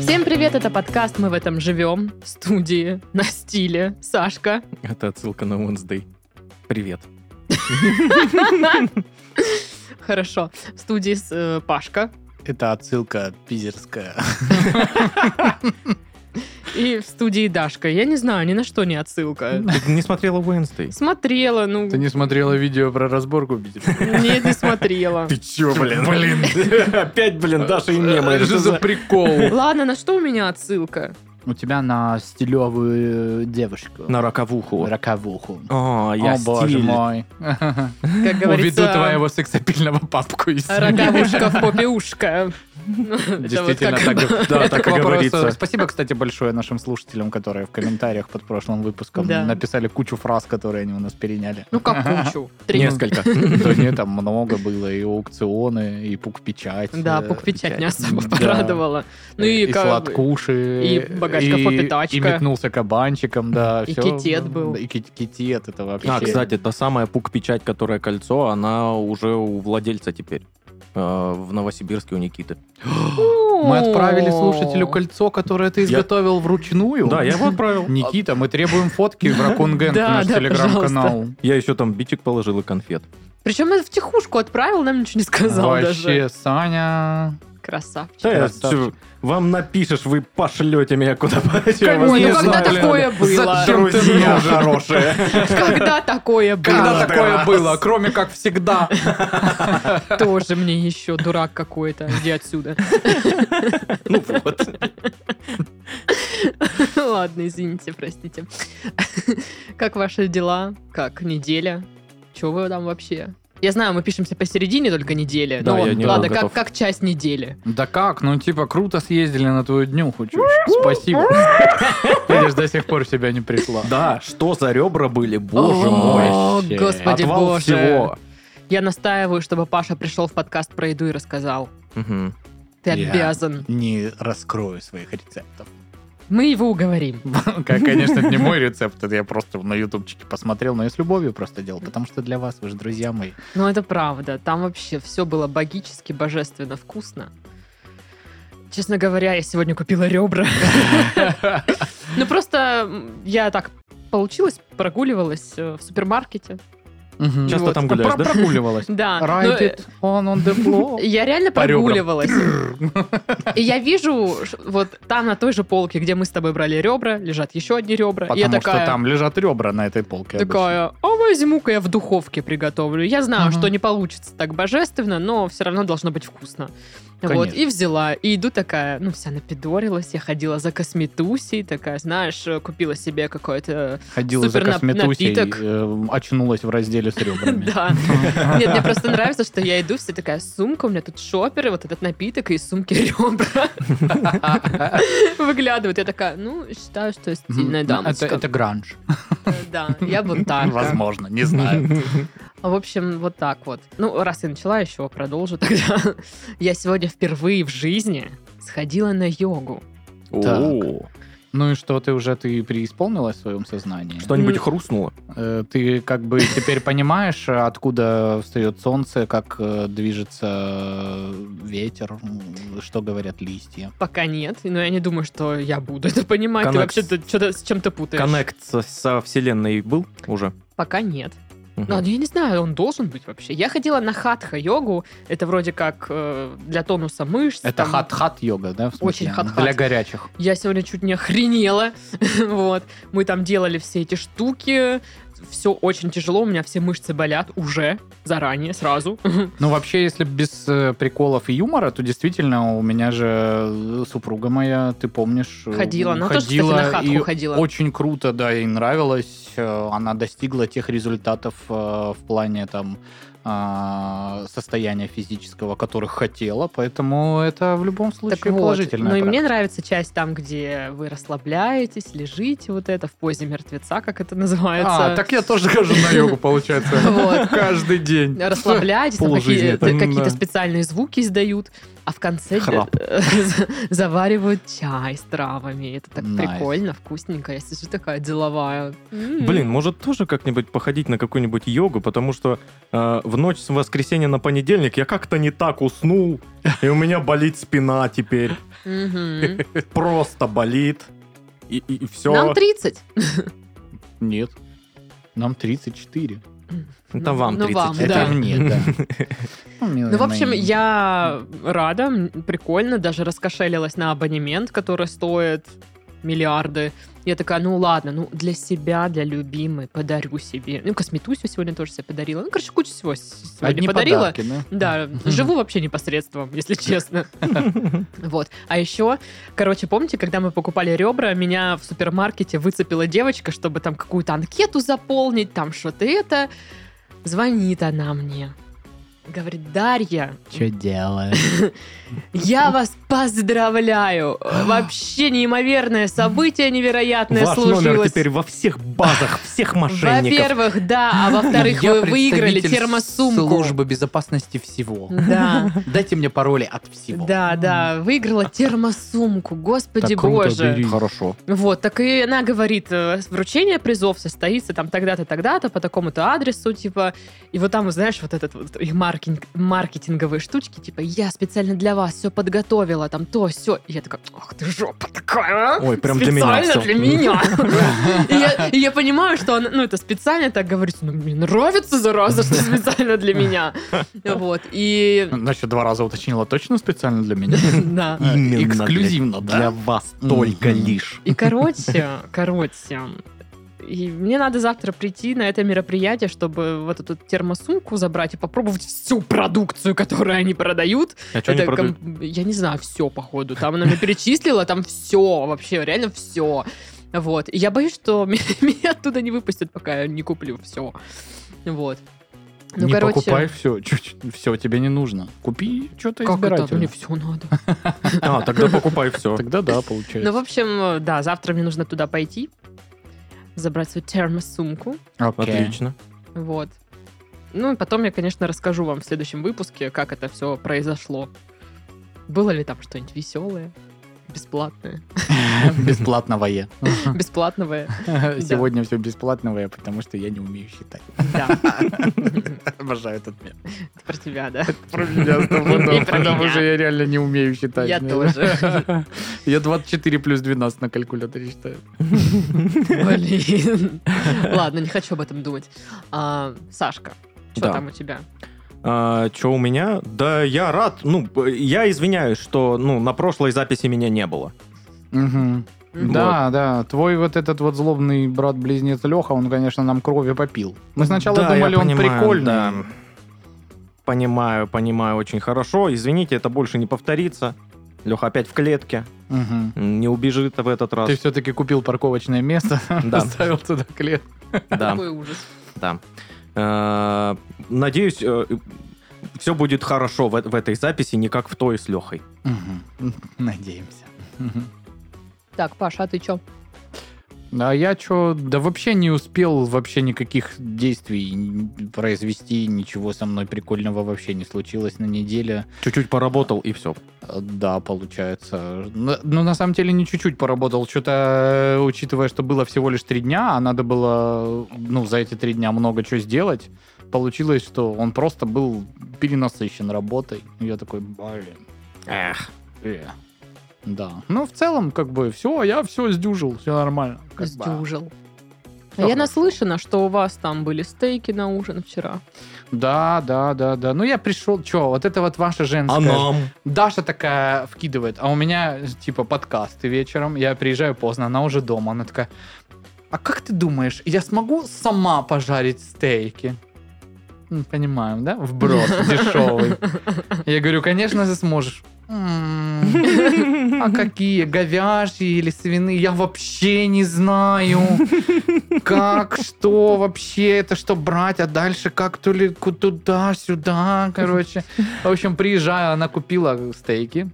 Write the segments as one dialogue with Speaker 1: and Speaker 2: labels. Speaker 1: Всем привет, это подкаст «Мы в этом живем» в студии на стиле Сашка.
Speaker 2: Это отсылка на Wednesday. Привет.
Speaker 1: Хорошо. В студии с, э, Пашка.
Speaker 3: Это отсылка пизерская.
Speaker 1: И в студии Дашка. Я не знаю, ни на что не отсылка.
Speaker 2: Ты не смотрела Wednesday?
Speaker 1: Смотрела, ну...
Speaker 3: Ты не смотрела видео про разборку Питера?
Speaker 1: Нет, не смотрела.
Speaker 3: чё,
Speaker 2: Блин.
Speaker 3: Опять, блин, Даша и мемы.
Speaker 2: Что за
Speaker 3: прикол?
Speaker 1: Ладно, на что у меня отсылка?
Speaker 4: У тебя на стилевую э, девушку.
Speaker 2: На роковуху.
Speaker 4: Роковуху.
Speaker 2: О, я
Speaker 4: О, боже
Speaker 2: стиль.
Speaker 4: мой.
Speaker 1: Как
Speaker 3: Уведу
Speaker 1: говорится...
Speaker 3: твоего сексапильного папку из
Speaker 1: Роговушка в попе ушка. Это вот
Speaker 2: Действительно,
Speaker 1: как-
Speaker 2: так, да,
Speaker 4: Это
Speaker 2: так
Speaker 4: к
Speaker 2: и
Speaker 4: вопросу.
Speaker 2: говорится.
Speaker 4: Спасибо, кстати, большое нашим слушателям, которые в комментариях под прошлым выпуском
Speaker 1: Да.
Speaker 4: написали кучу фраз, которые они у нас переняли.
Speaker 1: Ну, как кучу. Три.
Speaker 2: Несколько.
Speaker 4: Да нет, там много было, и аукционы, и пук-печать.
Speaker 1: Да,
Speaker 4: э,
Speaker 1: пук-печать не особо
Speaker 4: Да.
Speaker 1: порадовала. Ну и,
Speaker 4: и
Speaker 1: как бы-
Speaker 4: сладкуши.
Speaker 1: и богачка
Speaker 4: и-
Speaker 1: Попитачка.
Speaker 4: И метнулся кабанчиком, да.
Speaker 1: И
Speaker 4: всё.
Speaker 1: китет был.
Speaker 4: Да, И кит- китет, это вообще...
Speaker 2: А, кстати, та самая пук-печать, которая кольцо, она уже у владельца теперь. Э, В Новосибирске у Никиты.
Speaker 4: Мы отправили слушателю кольцо, которое ты
Speaker 2: Я-
Speaker 4: изготовил вручную.
Speaker 2: Да, я его отправил.
Speaker 4: Никита, мы требуем фотки в Ракун Гэнг,
Speaker 1: Да,
Speaker 4: наш
Speaker 1: да,
Speaker 4: телеграм-канал.
Speaker 2: Я еще там битик положил и конфет.
Speaker 1: Причем это втихушку отправил, нам ничего не сказал даже.
Speaker 4: Вообще, Саня...
Speaker 1: Красавчик.
Speaker 2: Да, я
Speaker 4: Красавчик.
Speaker 2: всё- вам напишешь, вы пошлете меня куда подальше. я вас
Speaker 1: Ой,
Speaker 2: не
Speaker 1: ну когда
Speaker 2: знаю, блин.
Speaker 1: такое было?
Speaker 2: Друзья
Speaker 4: хорошая.
Speaker 1: Когда такое
Speaker 3: Когда
Speaker 1: было?
Speaker 3: такое было, кроме как всегда.
Speaker 1: Тоже мне еще дурак какой-то. Иди отсюда.
Speaker 2: Ну вот.
Speaker 1: Ладно, извините, простите. Как ваши дела? Как неделя? Че вы там вообще? Я знаю, мы пишемся посередине только недели.
Speaker 2: Да,
Speaker 1: ну,
Speaker 2: я не
Speaker 1: ладно,
Speaker 2: был
Speaker 1: как,
Speaker 2: готов.
Speaker 1: как часть недели.
Speaker 4: Да как? Ну, типа, круто съездили на твою днюху, чушь. Спасибо. Видишь, до сих пор себя не пришла.
Speaker 2: Да, что за ребра были, боже
Speaker 1: О,
Speaker 2: мой.
Speaker 4: Вообще.
Speaker 1: господи
Speaker 2: Отвал
Speaker 1: боже.
Speaker 2: всего.
Speaker 1: Я настаиваю, чтобы Паша пришел в подкаст про еду и рассказал.
Speaker 2: Мгм.
Speaker 1: Ты
Speaker 3: Я.
Speaker 1: обязан.
Speaker 3: Не раскрою своих рецептов.
Speaker 1: Мы его уговорим.
Speaker 4: Как, Конечно, это не мой рецепт, это я просто на ютубчике посмотрел, но я с любовью просто делал, потому что для вас, вы же друзья мои.
Speaker 1: Ну, это правда. Там вообще все было богически, божественно вкусно. Честно говоря, я сегодня купила ребра. Ну, просто м, я так получилось, прогуливалась э, в супермаркете.
Speaker 2: Часто
Speaker 1: Вот.
Speaker 2: там гуляешь, да?
Speaker 4: Прогуливалась.
Speaker 1: Да. но,
Speaker 4: Right
Speaker 1: э,
Speaker 4: it on on the floor.
Speaker 1: Я реально
Speaker 4: По ребрам.
Speaker 1: прогуливалась. И я вижу, ш- вот там на той же полке, где мы с тобой брали ребра, лежат еще одни ребра. И я
Speaker 4: Потому
Speaker 1: такая,
Speaker 4: что там лежат ребра на этой полке.
Speaker 1: такая, а возьму-ка я в духовке приготовлю. Я знаю,
Speaker 4: Мгм.
Speaker 1: что не получится так божественно, но все равно должно быть вкусно. Вот,
Speaker 4: Конечно.
Speaker 1: и взяла. И иду такая, ну, вся напидорилась. Я ходила за косметусей, такая, знаешь, э, купила себе какое-то...
Speaker 4: обычно. Ходила за
Speaker 1: супер нап-
Speaker 4: косметусей,
Speaker 1: напиток.
Speaker 4: э, очнулась в разделе с ребрами.
Speaker 1: Да. Нет, мне просто нравится, что я иду, все такая, сумка, у меня тут шопперы, вот этот напиток и из сумки ребра выглядывают. Я такая, ну, считаю, что я стильная
Speaker 4: Мгм. Ну,
Speaker 1: дамочка.
Speaker 4: Это это гранж.
Speaker 1: Да, я бунтарка.
Speaker 4: Возможно, не знаю.
Speaker 1: А, В общем, вот так вот. Ну, раз я начала, еще продолжу тогда. Я сегодня впервые в жизни сходила на йогу.
Speaker 2: О,
Speaker 4: Ну и что, ты уже ты преисполнилась в своем сознании?
Speaker 2: Что-нибудь
Speaker 1: М.
Speaker 2: хрустнуло?
Speaker 4: Э, Ты как бы теперь понимаешь, э, откуда встает солнце, как э, движется э, ветер, м, что говорят листья.
Speaker 1: Пока нет, но я не думаю, что я буду это понимать. Ты
Speaker 2: Коннект-
Speaker 1: вообще то что-то с чем-то путаешь.
Speaker 2: Коннект со- со вселенной был уже?
Speaker 1: Пока нет.
Speaker 2: Мгм.
Speaker 1: Ну, я не знаю, он должен быть вообще. Я ходила на хатха-йогу. Это вроде как э, для тонуса мышц.
Speaker 4: Это
Speaker 1: там.
Speaker 4: хат-хат йога, да? в смысле?
Speaker 1: Очень хат-хат.
Speaker 4: Для горячих.
Speaker 1: Я сегодня чуть не охренела. вот. Мы там делали все эти штуки. Все очень тяжело. У меня все мышцы болят уже. Заранее, сразу.
Speaker 4: Ну, вообще, если без э, приколов и юмора, то действительно у меня же э, супруга моя, ты помнишь... э,
Speaker 1: Ходила. Она тоже, кстати,
Speaker 4: ходила,
Speaker 1: на
Speaker 4: и
Speaker 1: хатку ходила.
Speaker 4: Очень круто, да, ей нравилось. Э, Она достигла тех результатов э, в плане там а, состояния физического, которых хотела, поэтому это в любом случае
Speaker 1: Так вот,
Speaker 4: положительная
Speaker 1: ну и мне
Speaker 4: практика.
Speaker 1: нравится часть там, где вы расслабляетесь, лежите вот это в позе мертвеца, как это называется.
Speaker 3: А, так я тоже хожу на йогу, получается.
Speaker 1: Вот.
Speaker 3: Каждый день.
Speaker 1: Расслабляетесь, там
Speaker 3: Полжизни
Speaker 1: какие-
Speaker 3: это, да.
Speaker 1: какие-то специальные звуки издают, а в конце
Speaker 2: Храп.
Speaker 1: заваривают чай с травами. Это так
Speaker 4: Nice.
Speaker 1: прикольно, вкусненько. Я сижу такая деловая. М.
Speaker 2: Блин, может тоже как-нибудь походить на какую-нибудь йогу, потому что э, в ночь с воскресенья на понедельник я как-то не так уснул, и у меня болит спина теперь.
Speaker 1: Мгм.
Speaker 2: Просто болит. И, все.
Speaker 1: Нам 30.
Speaker 4: Нет. Нам 34.
Speaker 2: Это вам
Speaker 1: Ну,
Speaker 2: 30.
Speaker 1: вам,
Speaker 2: Это
Speaker 1: да.
Speaker 4: Это мне, да. Ну,
Speaker 1: Ну, в общем,
Speaker 4: наверное,
Speaker 1: я рада, м, прикольно, даже раскошелилась на абонемент, который стоит миллиарды. Я такая, ну ладно, ну для себя, для любимой подарю себе. Ну, косметусю сегодня тоже себе подарила. Ну, короче, кучу всего с- сегодня
Speaker 4: Одни
Speaker 1: подарила.
Speaker 4: подарки, да?
Speaker 1: Да, живу вообще непосредством, если честно. Вот. А еще, короче, помните, когда мы покупали ребра, меня в супермаркете выцепила девочка, чтобы там какую-то анкету заполнить, там что-то это. Звонит она мне. Говорит, Дарья,
Speaker 4: Что делаешь?
Speaker 1: я вас поздравляю. Вообще неимоверное событие невероятное
Speaker 2: Ваш номер
Speaker 1: сложилось.
Speaker 2: теперь во всех базах, всех мошенников.
Speaker 1: Во-первых, да, а во-вторых, вы выиграли термосумку.
Speaker 4: службы безопасности всего.
Speaker 1: Да.
Speaker 4: Дайте мне пароли от всего.
Speaker 1: Да, да, выиграла термосумку, господи боже.
Speaker 4: Хорошо.
Speaker 1: Вот, так и она говорит, э, вручение призов состоится там тогда-то, тогда-то, по такому-то адресу, типа, и вот там, знаешь, вот этот вот их маркетинг, маркетинговые штучки, типа, я специально для вас все подготовила, там то, все. И я такая, ах ты жопа такая, а?
Speaker 2: Ой, прям для меня
Speaker 1: Специально
Speaker 2: всё».
Speaker 1: для меня. И я- И я понимаю, что она, ну, это специально так говорится, ну, мне нравится, зараза, что специально для меня. Вот, и...
Speaker 4: Значит, два раза уточнила точно специально для меня?
Speaker 1: Да.
Speaker 2: Именно
Speaker 4: А,
Speaker 2: для-
Speaker 4: Эксклюзивно, да?
Speaker 2: Для вас только
Speaker 4: Мгм.
Speaker 2: лишь.
Speaker 1: И короче, короче, и мне надо завтра прийти на это мероприятие, чтобы вот эту термосумку забрать и попробовать всю продукцию, которую они продают.
Speaker 2: А что они
Speaker 1: Это
Speaker 2: продают?
Speaker 1: ком- Я не знаю, все, походу. Там она мне перечислила, там все, вообще, реально все. Вот. И я боюсь, что ме- меня оттуда не выпустят, пока я не куплю все. Вот. Ну,
Speaker 4: не
Speaker 1: короче,
Speaker 4: покупай все, все тебе не нужно. Купи что-то
Speaker 1: как это? Мне
Speaker 4: избирательное.
Speaker 1: все надо.
Speaker 2: А, тогда покупай все.
Speaker 4: Тогда да,
Speaker 1: Ну,
Speaker 4: получается.
Speaker 1: в общем, да, завтра мне нужно туда пойти, забрать свою термосумку.
Speaker 4: э.
Speaker 2: Отлично.
Speaker 1: Вот. Ну и потом я, конечно, расскажу вам в следующем выпуске, как это все произошло. Было ли там что-нибудь веселое, бесплатное,
Speaker 4: Бесплатновое.
Speaker 1: бесплатного?
Speaker 4: Сегодня все бесплатновое, потому что я не умею считать.
Speaker 1: Да,
Speaker 4: Обожаю этот мем.
Speaker 1: это про тебя, да.
Speaker 4: Про меня с тобой,
Speaker 1: И
Speaker 4: да,
Speaker 1: про
Speaker 4: потому
Speaker 1: меня.
Speaker 4: что я реально не умею считать.
Speaker 1: Я тоже.
Speaker 4: Я 24 плюс 12 на калькуляторе считаю.
Speaker 1: Блин. Ладно, не хочу об этом думать. А, Сашка, что
Speaker 2: Да.
Speaker 1: там у тебя?
Speaker 2: что А, у меня? Да я рад. Ну, б- я извиняюсь, что ну, на прошлой записи меня не было.
Speaker 4: Мгм.
Speaker 1: Мгм.
Speaker 4: Да, да. Твой вот этот вот злобный брат-близнец Леха, он, конечно, нам крови попил. Мы сначала
Speaker 2: Да,
Speaker 4: думали,
Speaker 2: я
Speaker 4: он
Speaker 2: понимаю,
Speaker 4: прикольный.
Speaker 2: да. Понимаю, понимаю очень хорошо. Извините, это больше не повторится. Леха опять в клетке.
Speaker 4: Мгм.
Speaker 2: М, Не убежит в этот раз.
Speaker 4: Ты все-таки купил парковочное место,
Speaker 2: Да.
Speaker 4: поставил туда клет.
Speaker 2: Да.
Speaker 1: Какой ужас.
Speaker 2: Да. Э, Надеюсь, все будет хорошо в, э- в этой записи, не как в той с Лехой.
Speaker 4: Мгм. Надеемся. Мгм.
Speaker 1: Так, Паша, а ты чё?
Speaker 4: А я что, да вообще не успел вообще никаких действий н- произвести, ничего со мной прикольного вообще не случилось на неделе.
Speaker 2: Чуть-чуть поработал и все.
Speaker 4: Э, Да, получается. Н- Ну, на самом деле, не чуть-чуть поработал. Что-то, учитывая, что было всего лишь три дня, а надо было, ну, за эти три дня много чего сделать, получилось, что он просто был перенасыщен работой. Я такой, блин.
Speaker 2: Эх.
Speaker 4: э». Да. Ну, в целом, как бы, все, я все сдюжил, все нормально. Как бы.
Speaker 1: Сдюжил.
Speaker 4: Всё
Speaker 1: А я
Speaker 4: хорошо.
Speaker 1: наслышана, что у вас там были стейки на ужин вчера.
Speaker 4: Да, да, да, да. Ну, я пришел, что, вот это вот ваша женская...
Speaker 2: А нам?
Speaker 4: Даша такая вкидывает, а у меня, типа, подкасты вечером, я приезжаю поздно, она уже дома, она такая, а как ты думаешь, я смогу сама пожарить стейки? М, Понимаем, да? Вброс дешевый. Я говорю, конечно, ты сможешь. «М, «М, А какие? Говяжьи или свиные? Я вообще не знаю. Как, что вообще, это что брать, а дальше как то ли ку- туда-сюда, короче. В общем, приезжая, она купила стейки.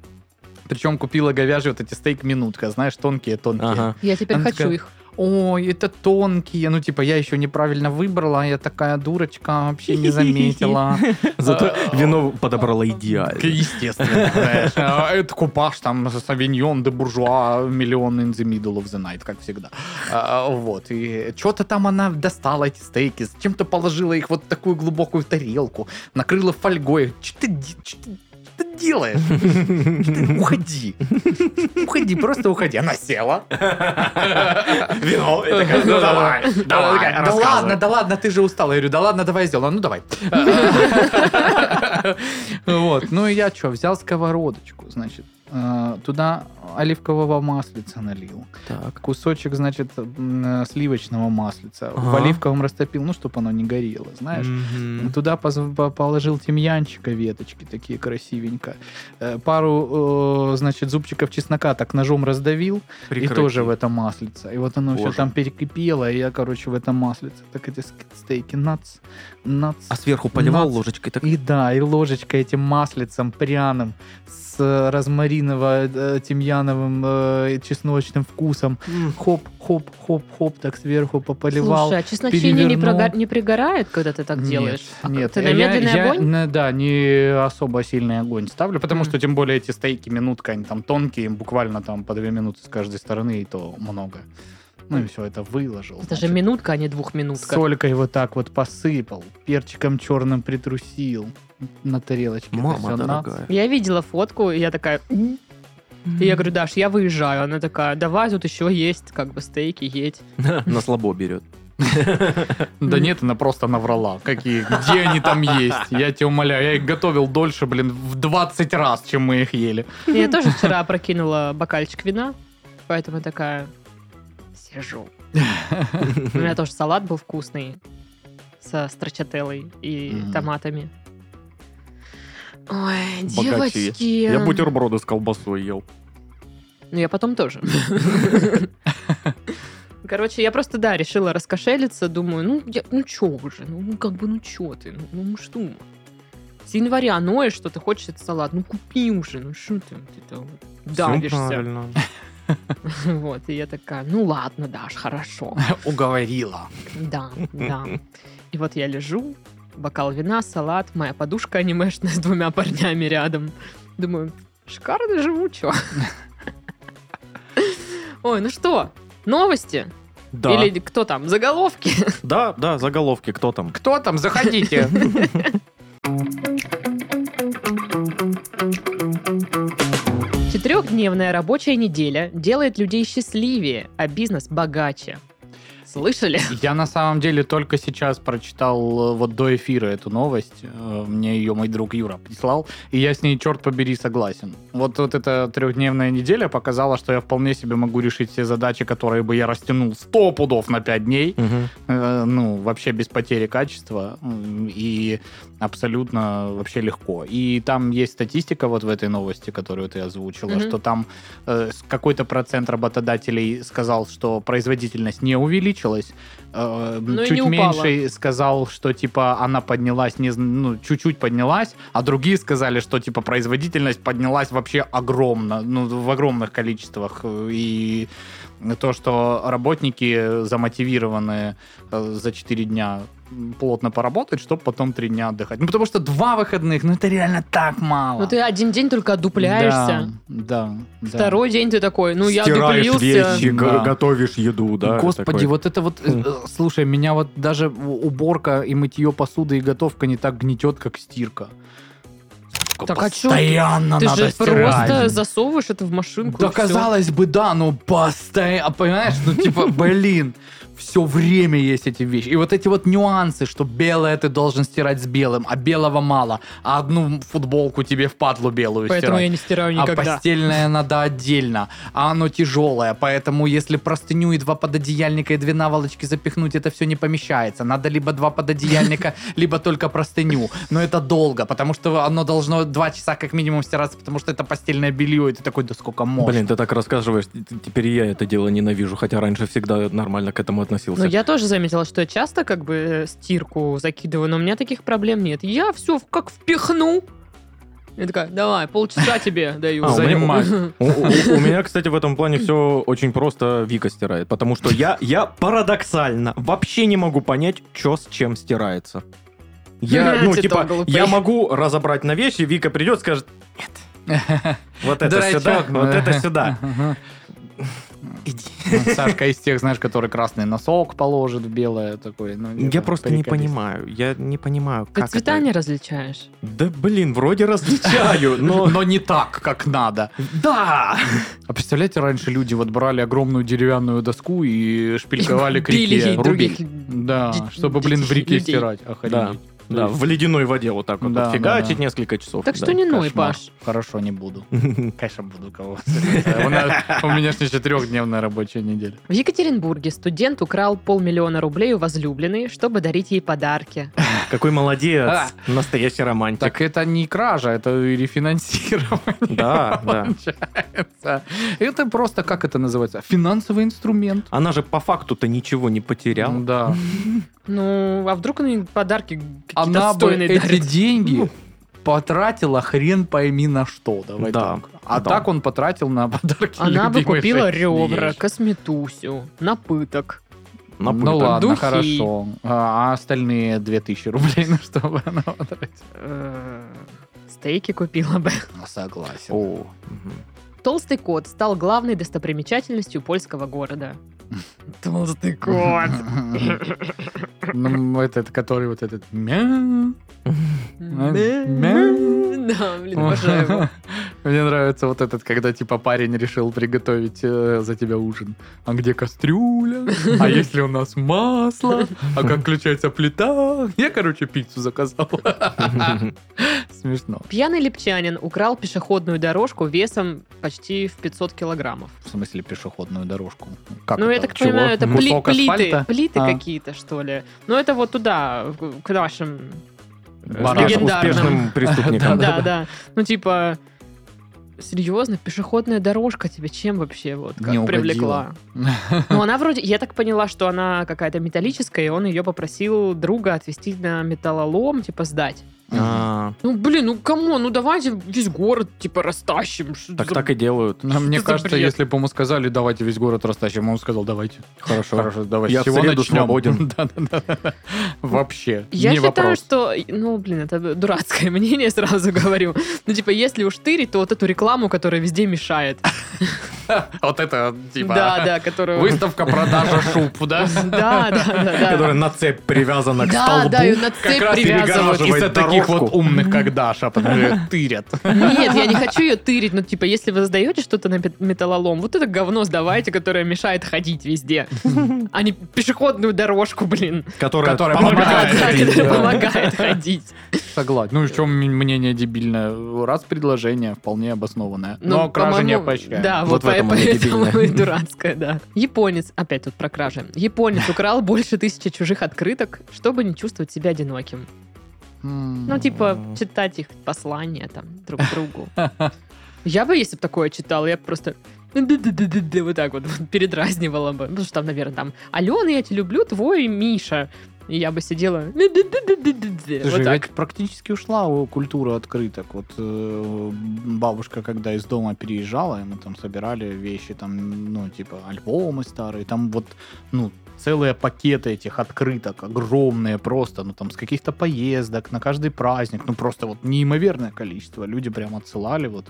Speaker 4: Причем купила говяжьи вот эти стейк-минутка, знаешь, тонкие-тонкие.
Speaker 2: Ага.
Speaker 1: Я теперь
Speaker 4: Она
Speaker 1: хочу
Speaker 4: такая,
Speaker 1: их.
Speaker 4: Ой, это тонкие. Ну, типа, я еще неправильно выбрала, я такая дурочка, вообще не заметила.
Speaker 2: Зато вино подобрала идеально.
Speaker 4: Естественно, знаешь. А Это купаж, там, савиньон де буржуа, миллион in the middle of the night, как всегда. А, Вот, и что-то там она достала эти стейки, зачем-то положила их вот в такую глубокую тарелку, накрыла фольгой. Что ты, де- чё ты- чё ты делаешь? Ты Уходи. Уходи, просто уходи. Она села.
Speaker 2: Вино, и такая,
Speaker 4: Ну,
Speaker 2: давай,
Speaker 4: Она
Speaker 2: давай,
Speaker 4: такая, Да
Speaker 2: рассказывай».
Speaker 4: ладно, да ладно, ты же устала. Я говорю, да ладно, давай я сделаю. Ну, давай. Вот. Ну, и я что, взял сковородочку, значит, э, туда оливкового маслица налил.
Speaker 2: Так.
Speaker 4: Кусочек, значит, м, э, сливочного маслица. В
Speaker 2: Ага.
Speaker 4: оливковом растопил, ну, чтобы оно не горело, знаешь.
Speaker 2: Мгм.
Speaker 4: Туда поз- по- положил тимьянчика веточки такие красивенько. Э, Пару, э, значит, зубчиков чеснока так ножом раздавил. И
Speaker 2: Прекрати.
Speaker 4: тоже в это маслице. И вот оно все
Speaker 2: Боже.
Speaker 4: там перекипело, и я, короче, в этом маслице. Так эти ск- стейки, нац, нац.
Speaker 2: А сверху поливал
Speaker 4: Нац.
Speaker 2: ложечкой так.
Speaker 4: И да, и ложечка этим маслицем пряным с э, розмариново э, тимьяновым э, и чесночным вкусом.
Speaker 2: М.
Speaker 4: Хоп, хоп, хоп, хоп, так сверху пополивал.
Speaker 1: Слушай, а чесночине не,
Speaker 4: перевернул.
Speaker 1: прогор- не пригорает, когда ты так
Speaker 4: Нет,
Speaker 1: делаешь? А
Speaker 4: Нет,
Speaker 1: Ты на
Speaker 4: я-
Speaker 1: медленный
Speaker 4: я,
Speaker 1: огонь?
Speaker 4: на- да, не особо сильный огонь ставлю, потому
Speaker 1: М.
Speaker 4: что тем более эти стейки минутка, они там тонкие, им буквально там по две минуты с каждой стороны, и то много. Ну и все, это выложил.
Speaker 1: Это же
Speaker 4: значит.
Speaker 1: минутка, а не двухминутка.
Speaker 4: Солькой вот так вот посыпал, перчиком черным притрусил на тарелочке. это
Speaker 2: Мама
Speaker 4: всё
Speaker 2: дорогая.
Speaker 1: Я видела фотку, и я такая... «М». И я говорю, Даш, я выезжаю. Она такая, давай, тут еще есть, как бы, стейки, есть.
Speaker 2: На слабо берет.
Speaker 4: нац. Да нет, она просто наврала. Какие, где они там есть? Я тебя умоляю, я их готовил дольше, блин, в 20 раз, чем мы их ели.
Speaker 1: И Я тоже вчера прокинула бокальчик вина, поэтому такая... Сижу. У меня тоже салат был вкусный со строчателлой и
Speaker 4: Мгм.
Speaker 1: томатами. Ой,
Speaker 2: Богачи.
Speaker 1: девочки.
Speaker 2: Я бутерброды с колбасой ел.
Speaker 1: Ну, я потом тоже. Короче, я просто, да, решила раскошелиться, думаю, ну, я- ну чё уже, ну, ну, как бы, ну чё ты, ну, ну что? С января ноешь, что ты хочешь этот салат, ну купи уже, ну что ты, ты там
Speaker 2: Всё
Speaker 1: давишься.
Speaker 2: правильно.
Speaker 1: Вот, и я такая, ну ладно, Даш, хорошо,
Speaker 4: Уговорила.
Speaker 1: да, да. И вот я лежу, бокал вина, салат, моя подушка анимешная с двумя парнями рядом. Думаю, шикарно живу, чё. Ой, ну что, новости?
Speaker 2: Да,
Speaker 1: Или кто там, заголовки?
Speaker 2: да, да, заголовки, кто там?
Speaker 4: Кто там? Заходите.
Speaker 1: Четырехдневная рабочая неделя делает людей счастливее, а бизнес богаче. Слышали?
Speaker 4: Я на самом деле только сейчас прочитал э, вот до эфира эту новость. Э, Мне ее мой друг Юра прислал, и я с ней, черт побери, согласен. Вот, вот эта трехдневная неделя показала, что я вполне себе могу решить все задачи, которые бы я растянул сто пудов на пять дней.
Speaker 2: Мгм.
Speaker 4: Э, Ну, вообще без потери качества. М, И абсолютно вообще легко. И там есть статистика вот в этой новости, которую ты озвучила,
Speaker 1: Мгм.
Speaker 4: что там э, с- какой-то процент работодателей сказал, что производительность не увеличилась. Э,
Speaker 1: Ну и
Speaker 4: чуть
Speaker 1: не упала.
Speaker 4: меньше сказал, что типа она поднялась, не, зн- ну, чуть-чуть поднялась, а другие сказали, что типа производительность поднялась вообще огромно, ну, в огромных количествах. Э, И то, что работники замотивированы э, за 4 дня плотно поработать, чтобы потом 3 дня отдыхать. Ну, потому что два выходных, ну, это реально так мало.
Speaker 1: Ну ты один день только одупляешься,
Speaker 4: Да, да. да.
Speaker 1: второй день ты такой, ну я
Speaker 2: Стираешь
Speaker 1: одуплился.
Speaker 2: вещи,
Speaker 4: Да.
Speaker 2: го- готовишь еду, да?
Speaker 4: Господи,
Speaker 2: такой.
Speaker 4: вот это вот, э, э, слушай, меня вот даже у- уборка и мытье посуды и готовка не так гнетет, как стирка. Сука,
Speaker 1: Так а чё ты?
Speaker 4: постоянно
Speaker 1: Ты
Speaker 4: надо
Speaker 1: же
Speaker 4: стирать.
Speaker 1: просто засовываешь это в машинку.
Speaker 4: Да а
Speaker 1: и всё.
Speaker 4: казалось бы, да, но постоянно, понимаешь, ну типа, блин, все время есть эти вещи. И вот эти вот нюансы, что белое ты должен стирать с белым, а белого мало, а одну футболку тебе в падлу белую
Speaker 1: Поэтому
Speaker 4: стирать.
Speaker 1: я не стираю
Speaker 4: А
Speaker 1: никогда.
Speaker 4: постельное надо отдельно, а оно тяжелое, поэтому если простыню и два пододеяльника и две наволочки запихнуть, это все не помещается. Надо либо два пододеяльника, либо только простыню. Но это долго, потому что оно должно два часа как минимум стираться, потому что это постельное белье, и ты такой, да сколько можно.
Speaker 2: Блин, ты так рассказываешь, т- т- теперь и я это дело ненавижу, хотя раньше всегда нормально к этому относился.
Speaker 1: Ну, я тоже заметила, что я часто как бы э, стирку закидываю, но у меня таких проблем нет. Я все как впихну. Я такая, давай, полчаса тебе даю.
Speaker 2: А, у меня-
Speaker 4: Занимай.
Speaker 2: У, у- у меня, кстати, в этом плане все очень просто Вика стирает, потому что я, я парадоксально вообще не могу понять, что с чем стирается. Я, ну,
Speaker 1: Ты
Speaker 2: типа,
Speaker 1: так глупый.
Speaker 2: я могу разобрать на вещи, Вика придет, скажет, вот это
Speaker 4: Дурачок.
Speaker 2: сюда, вот это сюда.
Speaker 4: Ага.
Speaker 2: Иди.
Speaker 4: Сашка Ну, из тех, знаешь, который красный носок положит в белое такой. ну,
Speaker 2: Я
Speaker 4: это
Speaker 2: просто не
Speaker 4: приколист.
Speaker 2: понимаю, я не понимаю,
Speaker 1: Ты
Speaker 2: как
Speaker 1: цвета
Speaker 2: это-
Speaker 1: не различаешь.
Speaker 2: Да, блин, вроде различаю, но...
Speaker 4: но не так, как надо.
Speaker 2: Да!
Speaker 4: А представляете, раньше люди вот брали огромную деревянную доску и шпильковали к
Speaker 1: Били
Speaker 4: реке.
Speaker 1: ей
Speaker 4: рубили.
Speaker 1: других
Speaker 4: Да,
Speaker 1: ди-
Speaker 4: чтобы, блин, в реке
Speaker 1: людей.
Speaker 4: стирать. Охренеть.
Speaker 2: Да, в ледяной воде вот так вот
Speaker 4: Да, да,
Speaker 2: фигачить
Speaker 4: да.
Speaker 2: несколько часов.
Speaker 1: Так
Speaker 2: да.
Speaker 1: что не ной,
Speaker 4: Кошмар.
Speaker 1: Паш.
Speaker 4: Хорошо, не буду.
Speaker 2: Хм.
Speaker 4: Конечно, буду кого-то. У нас- у меня же четырехдневная рабочая неделя.
Speaker 1: В Екатеринбурге студент украл полмиллиона рублей у возлюбленной, чтобы дарить ей подарки.
Speaker 2: Какой
Speaker 4: А.
Speaker 2: молодец, настоящий романтик.
Speaker 4: Так это не кража, это рефинансирование
Speaker 2: Да, да.
Speaker 4: получается. Это просто, как это называется, финансовый инструмент.
Speaker 2: Она же по факту-то ничего не потеряла.
Speaker 4: Да.
Speaker 1: Ну, а вдруг он ей подарки какие-то
Speaker 4: Она бы
Speaker 1: отстойные
Speaker 4: эти
Speaker 1: дарит?
Speaker 4: деньги потратила хрен пойми на что. Давай
Speaker 2: Да.
Speaker 4: так. А
Speaker 2: Да.
Speaker 4: так он потратил на подарки
Speaker 1: Она бы
Speaker 4: любимой
Speaker 1: купила
Speaker 4: женщине.
Speaker 1: ребра, косметусю, напыток.
Speaker 2: На пыль,
Speaker 4: Ну
Speaker 2: да.
Speaker 4: ладно,
Speaker 1: Духи.
Speaker 4: хорошо. А а остальные 2000 рублей на что бы она потратила?
Speaker 1: Э, Стейки купила бы.
Speaker 4: Ну, Согласен.
Speaker 2: О, мгм.
Speaker 1: Толстый кот стал главной достопримечательностью польского города. Толстый кот.
Speaker 4: Ну, этот, который вот этот... мяу, мяу.
Speaker 1: Да, блин, обожаю его.
Speaker 4: Мне нравится вот этот, когда типа парень решил приготовить э, за тебя ужин. А где кастрюля? А если у нас масло? А как включается плита? Я, короче, пиццу заказал. Смешно.
Speaker 1: Пьяный липчанин украл пешеходную дорожку весом почти в 500 килограммов.
Speaker 4: В смысле пешеходную дорожку? Как
Speaker 1: ну, я так понимаю, это пли-
Speaker 4: Кусок
Speaker 1: плиты,
Speaker 4: асфальта?
Speaker 1: плиты
Speaker 4: А.
Speaker 1: какие-то, что ли. Ну, это вот туда, в- к нашим...
Speaker 2: Баран.
Speaker 1: С легендарным.
Speaker 2: Успешным преступником.
Speaker 1: Да, да. Ну, типа, серьезно, пешеходная дорожка тебя чем вообще вот как
Speaker 4: Не угодила.
Speaker 1: привлекла? Ну, она вроде, я так поняла, что она какая-то металлическая, и он ее попросил друга отвезти на металлолом, типа, сдать.
Speaker 2: А,
Speaker 1: Ну, блин, ну, кому? ну, давайте весь город, типа, растащим. Что
Speaker 2: Так
Speaker 1: за
Speaker 2: так и делают.
Speaker 4: Ну, мне
Speaker 1: за
Speaker 4: кажется,
Speaker 1: бред?
Speaker 4: если бы ему сказали, давайте весь город растащим, он сказал, давайте. Хорошо. Хорошо, давайте.
Speaker 2: Я в среду свободен.
Speaker 4: Да-да-да. Вообще,
Speaker 1: Я
Speaker 4: не
Speaker 1: считаю,
Speaker 4: вопрос.
Speaker 1: что, ну, блин, это дурацкое мнение, сразу говорю. Ну, типа, если уж тырить, то вот эту рекламу, которая везде мешает.
Speaker 4: Вот это, типа,
Speaker 1: Да, да, которую...
Speaker 4: выставка продажа шуб, да?
Speaker 1: Да, да, да, да.
Speaker 2: Которая на цепь привязана к
Speaker 1: Да,
Speaker 2: столбу.
Speaker 1: да, ее на цепь привязывают.
Speaker 2: перегораживает
Speaker 4: Из-за таких
Speaker 2: дорожку.
Speaker 4: вот умных, как Даша, которые тырят.
Speaker 1: Нет, я не хочу ее тырить, но типа, если вы сдаете что-то на пе- металлолом, вот это говно сдавайте, которое мешает ходить везде, а не пешеходную дорожку, блин,
Speaker 2: Которая
Speaker 4: которая
Speaker 2: помогает.
Speaker 4: помогает.
Speaker 1: Да,
Speaker 4: ходить,
Speaker 1: которая
Speaker 4: да.
Speaker 1: помогает ходить.
Speaker 4: Согласен. Ну, и в чем мнение дебильное? Раз предложение вполне обоснованное. Но
Speaker 1: Ну,
Speaker 4: кражи не
Speaker 1: по-моему,
Speaker 4: поощряем.
Speaker 1: Да, вот,
Speaker 2: Вот в этом
Speaker 1: по-
Speaker 2: она
Speaker 1: поэтому
Speaker 2: дебильная.
Speaker 1: и дурацкая, да. Японец, опять тут про кражи. Японец украл больше тысячи чужих открыток, чтобы не чувствовать себя одиноким. Ну, типа, читать их послания там друг другу. Я бы, если бы такое читала, я бы просто «Ды-ды-ды-ды-ды» вот так вот передразнивала бы. Потому что там, наверное, там «Алена, я тебя люблю, твой Миша». И я бы сидела «Ды-ды-ды-ды-ды-ды».
Speaker 4: Слушай,
Speaker 1: вот так.
Speaker 4: ведь практически ушла у- культура открыток. Вот э, бабушка, когда из дома переезжала, и мы там собирали вещи, там, ну, типа, альбомы старые, там вот, ну, целые пакеты этих открыток, огромные просто, ну, там, с каких-то поездок, на каждый праздник, ну, просто вот неимоверное количество. Люди прям отсылали вот,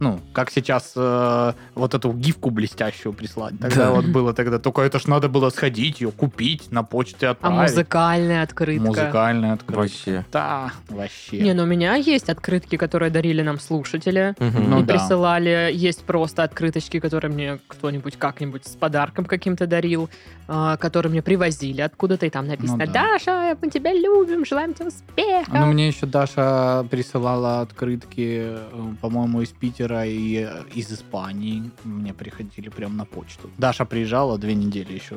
Speaker 4: ну, как сейчас э, вот эту гифку блестящую прислать. Тогда
Speaker 2: Да.
Speaker 4: вот было тогда, только это ж надо было сходить, ее купить, на почте
Speaker 1: А
Speaker 4: отправить.
Speaker 1: Музыкальная открытка.
Speaker 4: Музыкальная открытка.
Speaker 2: Вообще.
Speaker 4: Да, вообще.
Speaker 1: Не, ну у меня есть открытки, которые дарили нам слушатели.
Speaker 2: Мгм.
Speaker 4: Ну
Speaker 1: и
Speaker 4: да.
Speaker 1: присылали. Есть просто открыточки, которые мне кто-нибудь как-нибудь с подарком каким-то дарил, а, которые мне привозили откуда-то, и там написано
Speaker 4: Ну да.
Speaker 1: «Даша, мы тебя любим, желаем тебе успеха».
Speaker 4: Ну, мне еще Даша присылала открытки, э, по-моему, из Питера и э, из Испании. Мне приходили прям на почту. Даша приезжала две недели еще.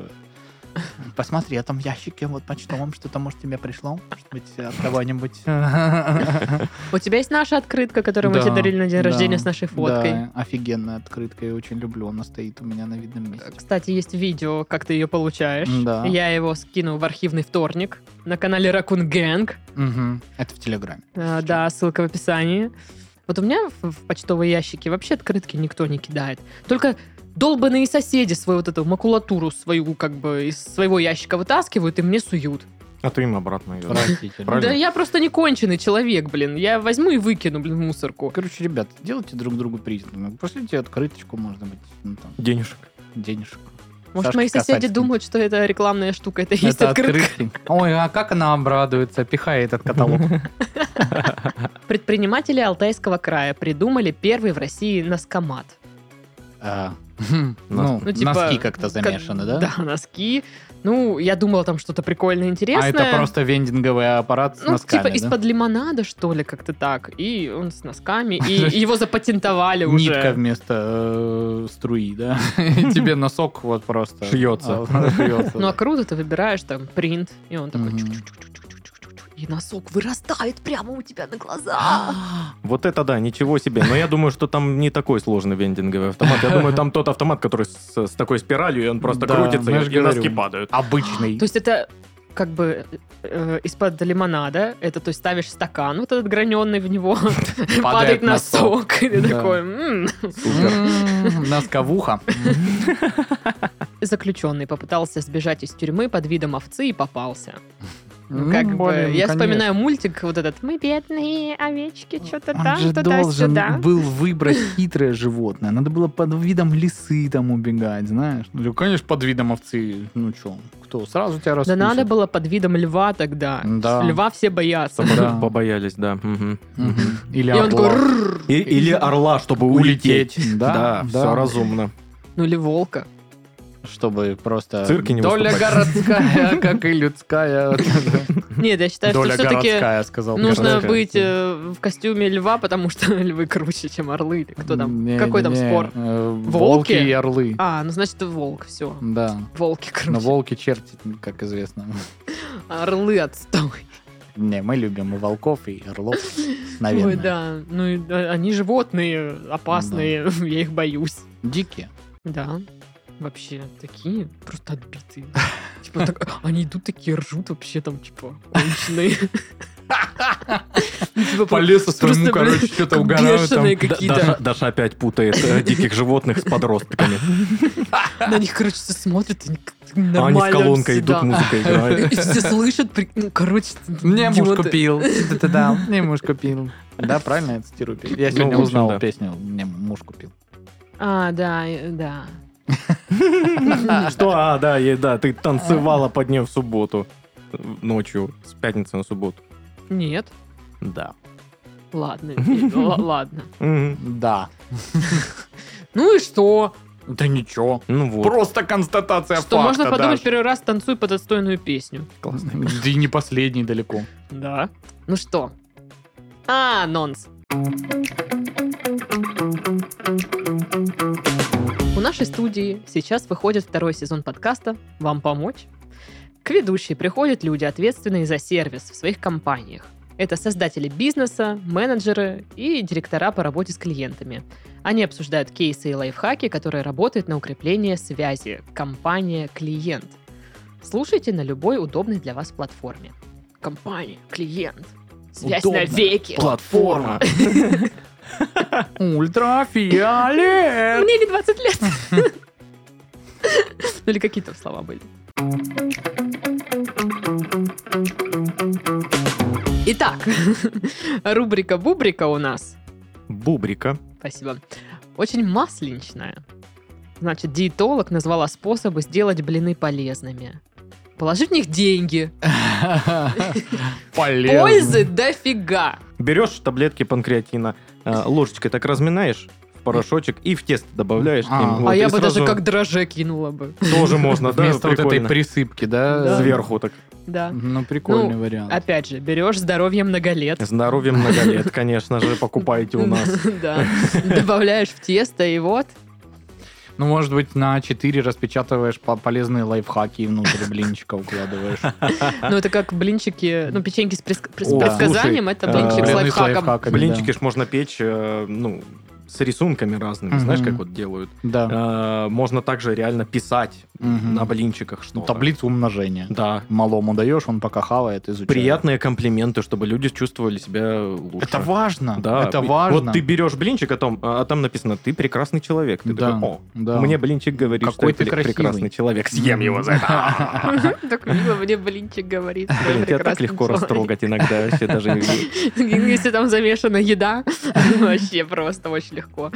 Speaker 4: Посмотри, я там в ящике вот почтовом что-то, может, тебе пришло? Может быть, от кого-нибудь.
Speaker 1: У тебя есть наша открытка, которую мы
Speaker 4: Да,
Speaker 1: тебе дарили на день
Speaker 4: да,
Speaker 1: рождения с нашей фоткой.
Speaker 4: Да, офигенная открытка, я очень люблю. Она стоит у меня на видном месте.
Speaker 1: Кстати, есть видео, как ты ее получаешь.
Speaker 4: Да.
Speaker 1: Я его скину в архивный вторник на канале Ракун Гэнг.
Speaker 4: Мгм. Это в Телеграме.
Speaker 1: Э, Да, ссылка в описании. Вот у меня в, в почтовые ящики вообще открытки никто не кидает. Только долбанные соседи свою вот эту макулатуру свою как бы из своего ящика вытаскивают и мне суют.
Speaker 2: А ты им обратно ее.
Speaker 4: Простите.
Speaker 2: Правильно.
Speaker 1: Да я просто не конченый человек, блин. Я возьму и выкину, блин, в мусорку.
Speaker 4: Короче, ребят, делайте друг другу признанно. Пошлите открыточку, может быть, ну, там,
Speaker 2: Денежек.
Speaker 4: денежку.
Speaker 1: Может,
Speaker 4: Сашке
Speaker 1: мои соседи
Speaker 4: касательно.
Speaker 1: думают, что это рекламная штука, это и есть
Speaker 4: Это
Speaker 1: открытка.
Speaker 4: открытки. Ой, а как она обрадуется, пихая этот каталог.
Speaker 1: Предприниматели Алтайского края придумали первый в России носкомат.
Speaker 4: А, хм, Ну,
Speaker 1: Ну, типа,
Speaker 4: носки как-то
Speaker 1: Как-
Speaker 4: замешаны, да?
Speaker 1: Да, носки. Ну, я думала, там что-то прикольное,
Speaker 4: А
Speaker 1: интересное.
Speaker 4: это просто вендинговый аппарат с
Speaker 1: Ну, типа
Speaker 4: носками, да?
Speaker 1: из-под лимонада, что ли, как-то так. И он с носками, и его запатентовали
Speaker 4: Нитка
Speaker 1: уже.
Speaker 4: вместо э, струи, да? И Тебе носок вот просто...
Speaker 2: Шьется.
Speaker 4: А, шьется,
Speaker 1: Ну, а
Speaker 4: да.
Speaker 1: круто, ты выбираешь там принт, и он такой
Speaker 4: Мгм.
Speaker 1: чук-чук-чук-чук-чук-чук-чук, и носок вырастает прямо у тебя на глазах.
Speaker 4: А!
Speaker 2: Вот это да, ничего себе. Но я думаю, что там не такой сложный вендинговый автомат. Я думаю, там тот автомат, который с, с такой спиралью, и он просто
Speaker 4: Да,
Speaker 2: крутится,
Speaker 4: ну,
Speaker 2: и,
Speaker 4: я же
Speaker 2: и носки
Speaker 4: говорю.
Speaker 2: падают.
Speaker 4: Обычный.
Speaker 1: То есть это как бы э, из-под лимонада, это то есть ставишь стакан вот этот граненый в него, падает носок, и ты
Speaker 4: Да.
Speaker 1: такой «М».
Speaker 2: Супер.
Speaker 4: М, Носковуха.
Speaker 1: Заключенный попытался сбежать из тюрьмы под видом овцы и попался. Ну,
Speaker 4: Ну,
Speaker 1: как бы,
Speaker 4: блин,
Speaker 1: я
Speaker 4: конечно.
Speaker 1: вспоминаю мультик вот этот «Мы бедные овечки, что-то
Speaker 4: Он
Speaker 1: там,
Speaker 4: же должен
Speaker 1: туда-сюда».
Speaker 4: был выбрать хитрое животное. Надо было под видом лисы там убегать, знаешь. Ну, конечно, под видом овцы. Ну что, кто? Сразу тебя
Speaker 1: Да
Speaker 4: раскусит.
Speaker 1: надо было под видом льва тогда.
Speaker 4: Да.
Speaker 1: Льва все боятся.
Speaker 4: Да.
Speaker 2: Собак Побоялись, да. мгм.
Speaker 4: Мгм. Или
Speaker 1: И он такой
Speaker 4: орла.
Speaker 1: «Рррр».
Speaker 2: И- или орла, чтобы улететь.
Speaker 4: Улететь. Да,
Speaker 2: все разумно.
Speaker 1: Ну или волка.
Speaker 4: Чтобы просто...
Speaker 2: Цирки не
Speaker 4: Доля
Speaker 2: выступать.
Speaker 4: городская, как и людская.
Speaker 1: Нет, я считаю, что
Speaker 4: Доля
Speaker 1: все-таки
Speaker 4: городская, сказал.
Speaker 1: нужно
Speaker 2: городская.
Speaker 1: быть э, в костюме льва, потому что львы круче, чем орлы. Или кто там?
Speaker 4: Не,
Speaker 1: Какой там
Speaker 4: не,
Speaker 1: спор?
Speaker 4: э,
Speaker 1: Волки?
Speaker 4: Волки и орлы.
Speaker 1: А, ну значит, волк, все.
Speaker 4: Да.
Speaker 1: Волки
Speaker 4: Но
Speaker 1: круче.
Speaker 4: волки чертят, как известно.
Speaker 1: А Орлы отстой.
Speaker 4: Не, мы любим и волков, и орлов,
Speaker 1: Ой,
Speaker 4: наверное.
Speaker 1: да. Ну, и, э, они животные, опасные, я их боюсь.
Speaker 4: Дикие.
Speaker 1: Да. Вообще такие просто отбитые. Типа так, они идут такие ржут вообще там, типа, конченые. Ну, типа,
Speaker 4: лесу
Speaker 1: просто, блин,
Speaker 4: что-то
Speaker 1: как бешеные
Speaker 2: Да-
Speaker 1: какие-то.
Speaker 2: Даша, Даша опять путает э, диких животных с подростками.
Speaker 1: На них, короче, все смотрят, они как-то
Speaker 2: А они
Speaker 1: нормально.
Speaker 2: с колонкой
Speaker 1: всегда.
Speaker 2: идут, музыка
Speaker 1: И
Speaker 2: играет.
Speaker 1: все слышат, при- ну, короче,
Speaker 4: Мне муж
Speaker 1: идиоты.
Speaker 4: купил. Да-да-да, мне муж купил. Да, правильно я цитирую песню? Я
Speaker 2: Ну,
Speaker 4: сегодня
Speaker 2: в общем,
Speaker 4: узнал
Speaker 2: да.
Speaker 4: песню «Мне муж купил».
Speaker 1: А, да, э, да.
Speaker 2: Что? А, да, е- да, ты танцевала под нее в субботу. В- Ночью, с пятницы на субботу.
Speaker 1: Нет.
Speaker 2: Да.
Speaker 1: Ладно, нет, л- ладно.
Speaker 2: Мгм.
Speaker 4: Да.
Speaker 1: Ну и что?
Speaker 4: Да ничего.
Speaker 2: Ну вот.
Speaker 4: Просто констатация
Speaker 1: Что можно
Speaker 4: факта,
Speaker 1: подумать
Speaker 4: Даш.
Speaker 1: первый раз танцуй под отстойную песню.
Speaker 4: Да и не последний далеко.
Speaker 1: Да. Ну что? А, нонс. У нашей студии сейчас выходит второй сезон подкаста «Вам помочь?». К ведущей приходят люди, ответственные за сервис в своих компаниях. Это создатели бизнеса, менеджеры и директора по работе с клиентами. Они обсуждают кейсы и лайфхаки, которые работают на укрепление связи компания-клиент. Слушайте на любой удобной для вас платформе. Компания, клиент, связь
Speaker 4: Удобно.
Speaker 1: навеки.
Speaker 4: Платформа. Ультрафиолет.
Speaker 1: Мне не 20 лет. Ну или какие там слова были. Итак, рубрика «Бубрика» у нас,
Speaker 2: Бубрика.
Speaker 1: спасибо, очень масленичная. Значит, диетолог назвала способы сделать блины полезными. Положи в них деньги.
Speaker 4: Полезно.
Speaker 1: Пользы дофига.
Speaker 2: Берешь таблетки панкреатина, э, ложечкой так разминаешь в порошочек и в тесто добавляешь. к ним,
Speaker 4: А.
Speaker 2: вот,
Speaker 1: а
Speaker 2: и
Speaker 1: я бы даже
Speaker 2: сразу
Speaker 1: как дроже кинула бы.
Speaker 2: Тоже можно, да?
Speaker 4: Ну, Вместо вот этой
Speaker 2: прикольно.
Speaker 4: присыпки, да?
Speaker 1: Да.
Speaker 2: Сверху так.
Speaker 1: Да.
Speaker 4: Ну, прикольный
Speaker 1: Ну,
Speaker 4: вариант.
Speaker 1: Опять же, берешь здоровье многолет.
Speaker 2: Здоровье много лет, конечно же, покупайте у нас.
Speaker 1: Да. Добавляешь в тесто, и вот.
Speaker 4: Ну, может быть, на 4 распечатываешь по- полезные лайфхаки и внутрь блинчика укладываешь.
Speaker 1: Ну, это как блинчики, ну, печеньки с преск- прес-
Speaker 2: А? О, э,
Speaker 1: предсказанием, это
Speaker 2: слушай,
Speaker 1: блинчик с
Speaker 2: блины с
Speaker 1: лайфхаком.
Speaker 4: Блинчики.
Speaker 2: Блинчики ж можно печь, э, ну, с рисунками разными,
Speaker 4: Мгм.
Speaker 2: знаешь, как вот делают.
Speaker 4: Да.
Speaker 2: Э, Можно также реально писать
Speaker 4: Мгм.
Speaker 2: на блинчиках что-то.
Speaker 4: Ну, Таблицу умножения.
Speaker 2: Да.
Speaker 4: Малому даешь, он пока хавает, изучает.
Speaker 2: Приятные комплименты, чтобы люди чувствовали себя лучше.
Speaker 4: Это важно.
Speaker 2: Да.
Speaker 4: Это
Speaker 2: И-
Speaker 4: важно.
Speaker 2: Вот ты берешь блинчик, а там, а там написано, ты прекрасный человек. Ты
Speaker 4: Да,
Speaker 2: такой, о,
Speaker 4: да.
Speaker 2: мне блинчик говорит,
Speaker 4: Какой
Speaker 2: что
Speaker 4: ты
Speaker 2: я пре- прекрасный
Speaker 4: красивый».
Speaker 2: человек. Съем его за это.
Speaker 1: Так мило мне блинчик говорит. что я
Speaker 2: Блин, тебя так
Speaker 1: прекрасный
Speaker 2: легко
Speaker 1: человек.
Speaker 2: растрогать иногда вообще даже.
Speaker 1: Если там замешана еда, вообще просто очень легко.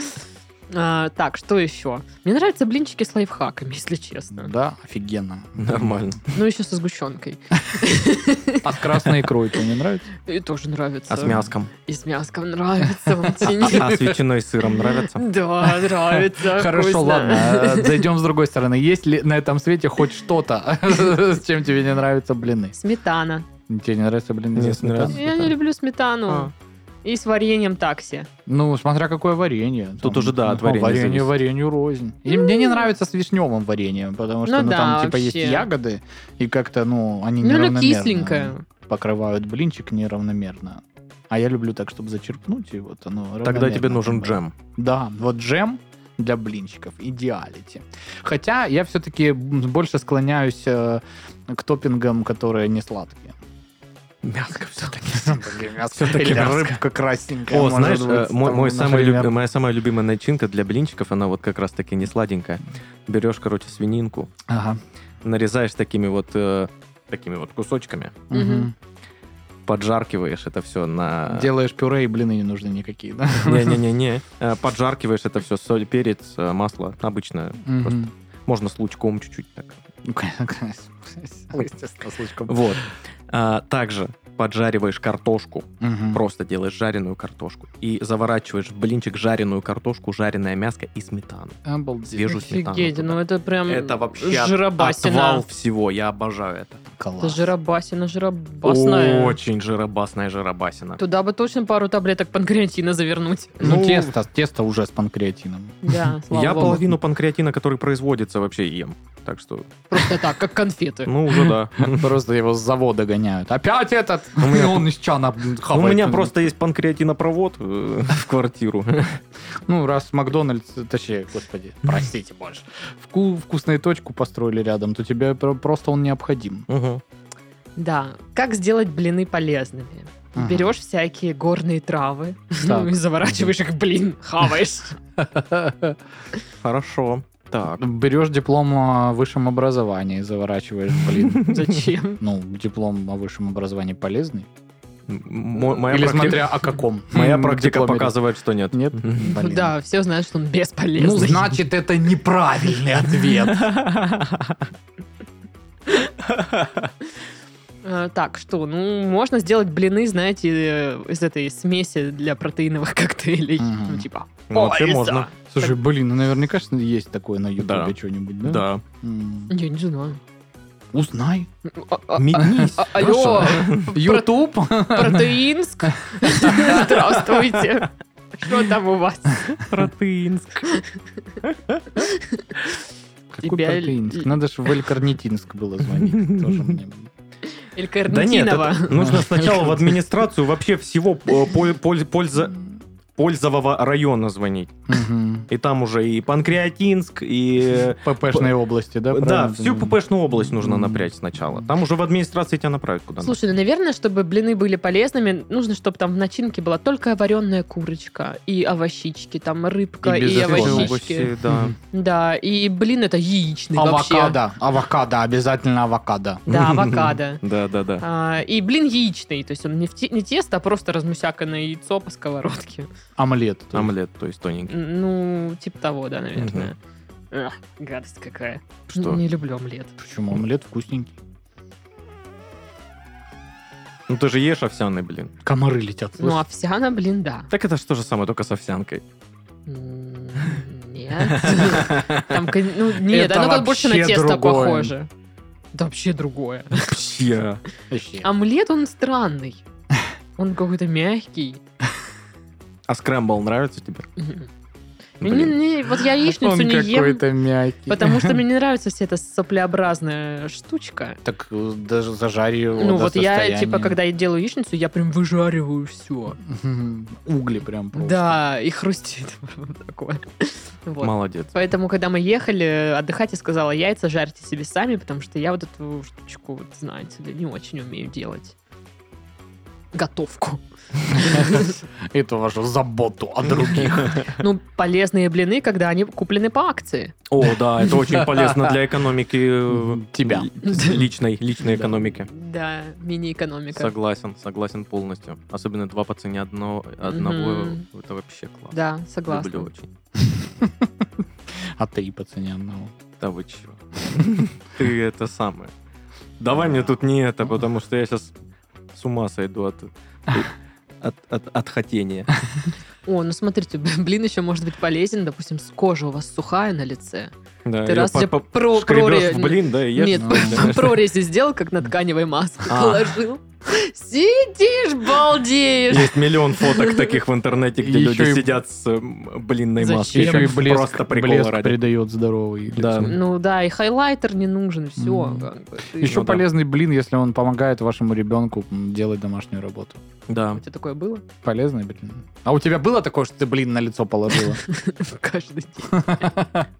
Speaker 1: А, Так, что еще? Мне нравятся блинчики с лайфхаками, если честно.
Speaker 4: Да, офигенно.
Speaker 2: Нормально.
Speaker 1: Ну, еще со сгущенкой.
Speaker 4: А с красной икрой тебе не нравится?
Speaker 1: И тоже нравится.
Speaker 2: А с мяском?
Speaker 1: И с мяском нравится. вот тяни.
Speaker 2: А с ветчиной и сыром нравится?
Speaker 1: Да, нравится.
Speaker 4: Хорошо,
Speaker 1: вкусно.
Speaker 4: ладно, э, зайдем с другой стороны. Есть ли на этом свете хоть что-то, с чем тебе не нравятся блины?
Speaker 1: Сметана.
Speaker 4: Тебе не нравятся блины?
Speaker 2: Не
Speaker 4: со сметаной?
Speaker 2: нравится.
Speaker 1: Я не люблю сметану. И с вареньем такси.
Speaker 4: Ну, смотря какое варенье.
Speaker 2: Тут
Speaker 4: Там,
Speaker 2: уже, да, от
Speaker 4: ну,
Speaker 2: варенья
Speaker 4: Варенье
Speaker 2: зависит.
Speaker 4: варенью рознь. И мне не нравится с вишневым вареньем, потому что
Speaker 1: Ну
Speaker 4: ну,
Speaker 1: да,
Speaker 4: там типа есть
Speaker 1: вообще.
Speaker 4: ягоды, и как-то, ну, они
Speaker 1: Ну, оно
Speaker 4: неравномерно
Speaker 1: кисленькое.
Speaker 4: покрывают блинчик неравномерно. А я люблю так, чтобы зачерпнуть, и вот оно
Speaker 2: Тогда
Speaker 4: равномерно
Speaker 2: тебе нужен
Speaker 4: такое.
Speaker 2: джем.
Speaker 4: Да, вот джем для блинчиков, идеалити. Хотя я все-таки больше склоняюсь э, к топпингам, которые не сладкие. Типа,
Speaker 2: Мяско все-таки.
Speaker 4: Или
Speaker 2: мяско.
Speaker 4: рыбка красненькая.
Speaker 2: О,
Speaker 4: может
Speaker 2: знаешь,
Speaker 4: быть,
Speaker 2: э, мой,
Speaker 4: там,
Speaker 2: мой самый
Speaker 4: например.
Speaker 2: люб- моя самая любимая начинка для блинчиков, она вот как раз таки не сладенькая. Берешь, короче, свининку,
Speaker 4: Ага.
Speaker 2: нарезаешь такими вот э, такими вот кусочками,
Speaker 1: Мгм.
Speaker 2: поджаркиваешь это все на...
Speaker 4: Делаешь пюре, и блины не нужны никакие, да?
Speaker 2: Не-не-не-не. Э, Поджаркиваешь это все, соль, перец, э, масло. Обычно просто
Speaker 4: Мгм.
Speaker 2: можно с лучком чуть-чуть так.
Speaker 4: Ну, конечно, конечно. Ну, Естественно, с лучком.
Speaker 2: Вот. А, Также поджариваешь картошку.
Speaker 4: Мгм.
Speaker 2: Просто делаешь жареную картошку. И заворачиваешь в блинчик жареную картошку, жареное мяско и сметану.
Speaker 4: Обалдеть.
Speaker 2: Свежую сметану.
Speaker 1: Офигеть,
Speaker 2: туда.
Speaker 1: ну это прям
Speaker 2: Это вообще от-
Speaker 1: жиробасина.
Speaker 2: отвал всего. Я обожаю это.
Speaker 1: Это
Speaker 4: Класс.
Speaker 1: жиробасина, жиробасная.
Speaker 2: Очень жиробасная жиробасина.
Speaker 1: Туда бы точно пару таблеток панкреатина завернуть.
Speaker 4: Ну,
Speaker 2: Ну,
Speaker 4: тесто, тесто уже с панкреатином.
Speaker 1: Да, слава
Speaker 2: Я
Speaker 1: богу.
Speaker 2: половину панкреатина, который производится, вообще ем. Так что,
Speaker 1: Просто так, как конфеты.
Speaker 2: ну уже да.
Speaker 4: Просто его с завода гоняют. Опять этот! Он из чана
Speaker 2: У
Speaker 4: хавает.
Speaker 2: меня просто есть панкреатинопровод э, в квартиру.
Speaker 4: Ну, раз Макдональдс, точнее, господи, простите больше, вку- вкусную точку построили рядом, то тебе про- просто он необходим.
Speaker 2: Мгм.
Speaker 1: Да. Как сделать блины полезными?
Speaker 4: Ага.
Speaker 1: Берешь всякие горные травы, ну,
Speaker 4: Так.
Speaker 1: и заворачиваешь их в блин, хаваешь.
Speaker 2: Хорошо. Так.
Speaker 4: ну, Берешь диплом о высшем образовании и заворачиваешь, блин.
Speaker 1: Зачем?
Speaker 4: Ну, диплом о высшем образовании полезный.
Speaker 2: М- мо- Моя
Speaker 4: Или
Speaker 2: практи-
Speaker 4: смотря о каком.
Speaker 2: моя
Speaker 4: м,
Speaker 2: практика
Speaker 4: дипломе.
Speaker 2: показывает, что нет.
Speaker 4: Нет?
Speaker 2: Мгм.
Speaker 1: Ну
Speaker 4: Блин.
Speaker 1: Да, все знают, что он
Speaker 4: Ну,
Speaker 1: бесполезный.
Speaker 4: значит, это неправильный ответ.
Speaker 2: Ну,
Speaker 1: Э, Так, что? Ну, можно сделать блины, знаете, э, из этой смеси для протеиновых коктейлей.
Speaker 4: Мгм.
Speaker 1: Ну, типа,
Speaker 2: Ну, Вообще
Speaker 1: Польза.
Speaker 2: можно.
Speaker 4: Слушай, блин, ну наверняка ж есть такое на
Speaker 2: Да.
Speaker 4: Ютубе что-нибудь, да?
Speaker 2: Да.
Speaker 4: М,
Speaker 1: я не знаю.
Speaker 4: Узнай.
Speaker 1: А- а-
Speaker 2: Метнись.
Speaker 1: а- Алло,
Speaker 4: Ютуб?
Speaker 1: Протеинск? Здравствуйте. Что там у вас?
Speaker 2: Протеинск.
Speaker 4: Какой
Speaker 1: Тебя
Speaker 4: Протеинск?
Speaker 1: л-
Speaker 4: Надо же в Элькарнитинск было звонить. Тоже мне.
Speaker 1: Или
Speaker 2: Да нет,
Speaker 1: Карнитинова?
Speaker 2: это нужно сначала в администрацию вообще всего э, поль- поль- польза- пользового района звонить.
Speaker 4: Мгм.
Speaker 2: И там уже и Панкреатинск, и... э,
Speaker 4: ППшной области, да?
Speaker 2: Да,
Speaker 4: правильно
Speaker 2: всю
Speaker 4: понимаю?
Speaker 2: ППшную область нужно напрячь сначала. Там уже в администрации тебя направят куда надо.
Speaker 1: Слушай, ну, наверное, чтобы блины были полезными, нужно, чтобы там в начинке была только вареная курочка и овощички, там рыбка
Speaker 4: И
Speaker 1: и,
Speaker 4: без
Speaker 2: Овощи,
Speaker 4: овощей.
Speaker 1: овощички.
Speaker 2: овощи, да.
Speaker 1: Да, и блин, это яичный вообще.
Speaker 4: Авокадо. Авокадо, обязательно авокадо.
Speaker 1: Да, авокадо.
Speaker 2: Да, да, да.
Speaker 1: А, и блин яичный, то есть он не, в те- не тесто, а просто размусяканное яйцо по сковородке.
Speaker 4: Омлет. то есть.
Speaker 2: Омлет, то есть тоненький.
Speaker 1: Ну, типа того, да, наверное. Эх, гадость какая.
Speaker 2: Что?
Speaker 1: Не люблю омлет.
Speaker 4: Почему? Омлет вкусненький.
Speaker 2: Ну ты же ешь овсяный блин.
Speaker 4: Комары летят.
Speaker 1: Ну, овсяна, блин, да.
Speaker 2: Так это же то же самое, только с овсянкой.
Speaker 1: М, Нет. Там, кон- ну, нет,
Speaker 4: Это
Speaker 1: оно как больше на
Speaker 4: вообще
Speaker 1: тесто
Speaker 4: другое.
Speaker 1: похоже. Да вообще другое.
Speaker 2: Вообще.
Speaker 4: Вообще.
Speaker 1: Омлет, он странный. Он какой-то мягкий.
Speaker 2: А скрэмбл нравится тебе?
Speaker 1: Мгм. Мне-
Speaker 2: Блин.
Speaker 1: мне- Вот я яичницу
Speaker 4: Он
Speaker 1: не ем,
Speaker 4: какой-то мягкий.
Speaker 1: потому что мне не нравится вся эта соплеобразная штучка.
Speaker 4: Так э, даже зажарь его
Speaker 1: Ну
Speaker 4: до
Speaker 1: вот я,
Speaker 4: состояния.
Speaker 1: типа, когда я делаю яичницу, я прям выжариваю все.
Speaker 4: Мгм. Угли прям просто.
Speaker 1: Да, и хрустит. Вот Такое. Вот.
Speaker 2: Молодец.
Speaker 1: Поэтому, когда мы ехали отдыхать, я сказала, яйца жарьте себе сами, потому что я вот эту штучку, вот, знаете ли, не очень умею делать. Готовку.
Speaker 4: Это вашу заботу о других.
Speaker 1: Ну, полезные блины, когда они куплены по акции.
Speaker 2: О, да, это очень полезно для экономики. э,
Speaker 4: Тебя.
Speaker 2: Личной, личной
Speaker 4: Да.
Speaker 2: экономики.
Speaker 1: Да, мини-экономика.
Speaker 2: Согласен, согласен полностью. Особенно два по цене одно, одного.
Speaker 1: Мгм.
Speaker 2: Это вообще класс.
Speaker 1: Да, согласна.
Speaker 2: Люблю очень.
Speaker 4: А ты по цене одного.
Speaker 2: Да вы чё? Ты это самое. Давай мне тут не это, потому что я сейчас с ума сойду от, от, от- от хотения.
Speaker 1: О, ну смотрите, б- блин еще может быть полезен, допустим, с кожа у вас сухая на лице.
Speaker 2: Да,
Speaker 1: Ты
Speaker 2: её
Speaker 1: раз
Speaker 2: по-
Speaker 1: тебе
Speaker 2: по-
Speaker 1: про-
Speaker 2: шкребёшь
Speaker 1: прорезь-
Speaker 2: в блин, да, и ешь.
Speaker 1: Нет,
Speaker 4: знаю.
Speaker 1: прорези сделал, как на тканевой маске,
Speaker 2: А.
Speaker 1: положил. Сидишь, балдеешь.
Speaker 2: Есть миллион фоток таких в интернете, где
Speaker 4: И
Speaker 2: люди
Speaker 4: еще и-
Speaker 2: сидят с эм, блинной
Speaker 1: Зачем?
Speaker 2: маской.
Speaker 1: Еще
Speaker 4: и блеск,
Speaker 2: Просто прикол
Speaker 4: блеск
Speaker 2: ради.
Speaker 4: придает здоровый
Speaker 2: Да.
Speaker 4: лицу.
Speaker 1: Ну да, и хайлайтер не нужен, все.
Speaker 4: Мгм. Еще
Speaker 2: Ну да.
Speaker 4: полезный блин, если он помогает вашему ребенку м, делать домашнюю работу.
Speaker 2: Да.
Speaker 1: У тебя такое было?
Speaker 4: Полезный блин. А у тебя было такое, что ты блин на лицо положила?
Speaker 1: Каждый день.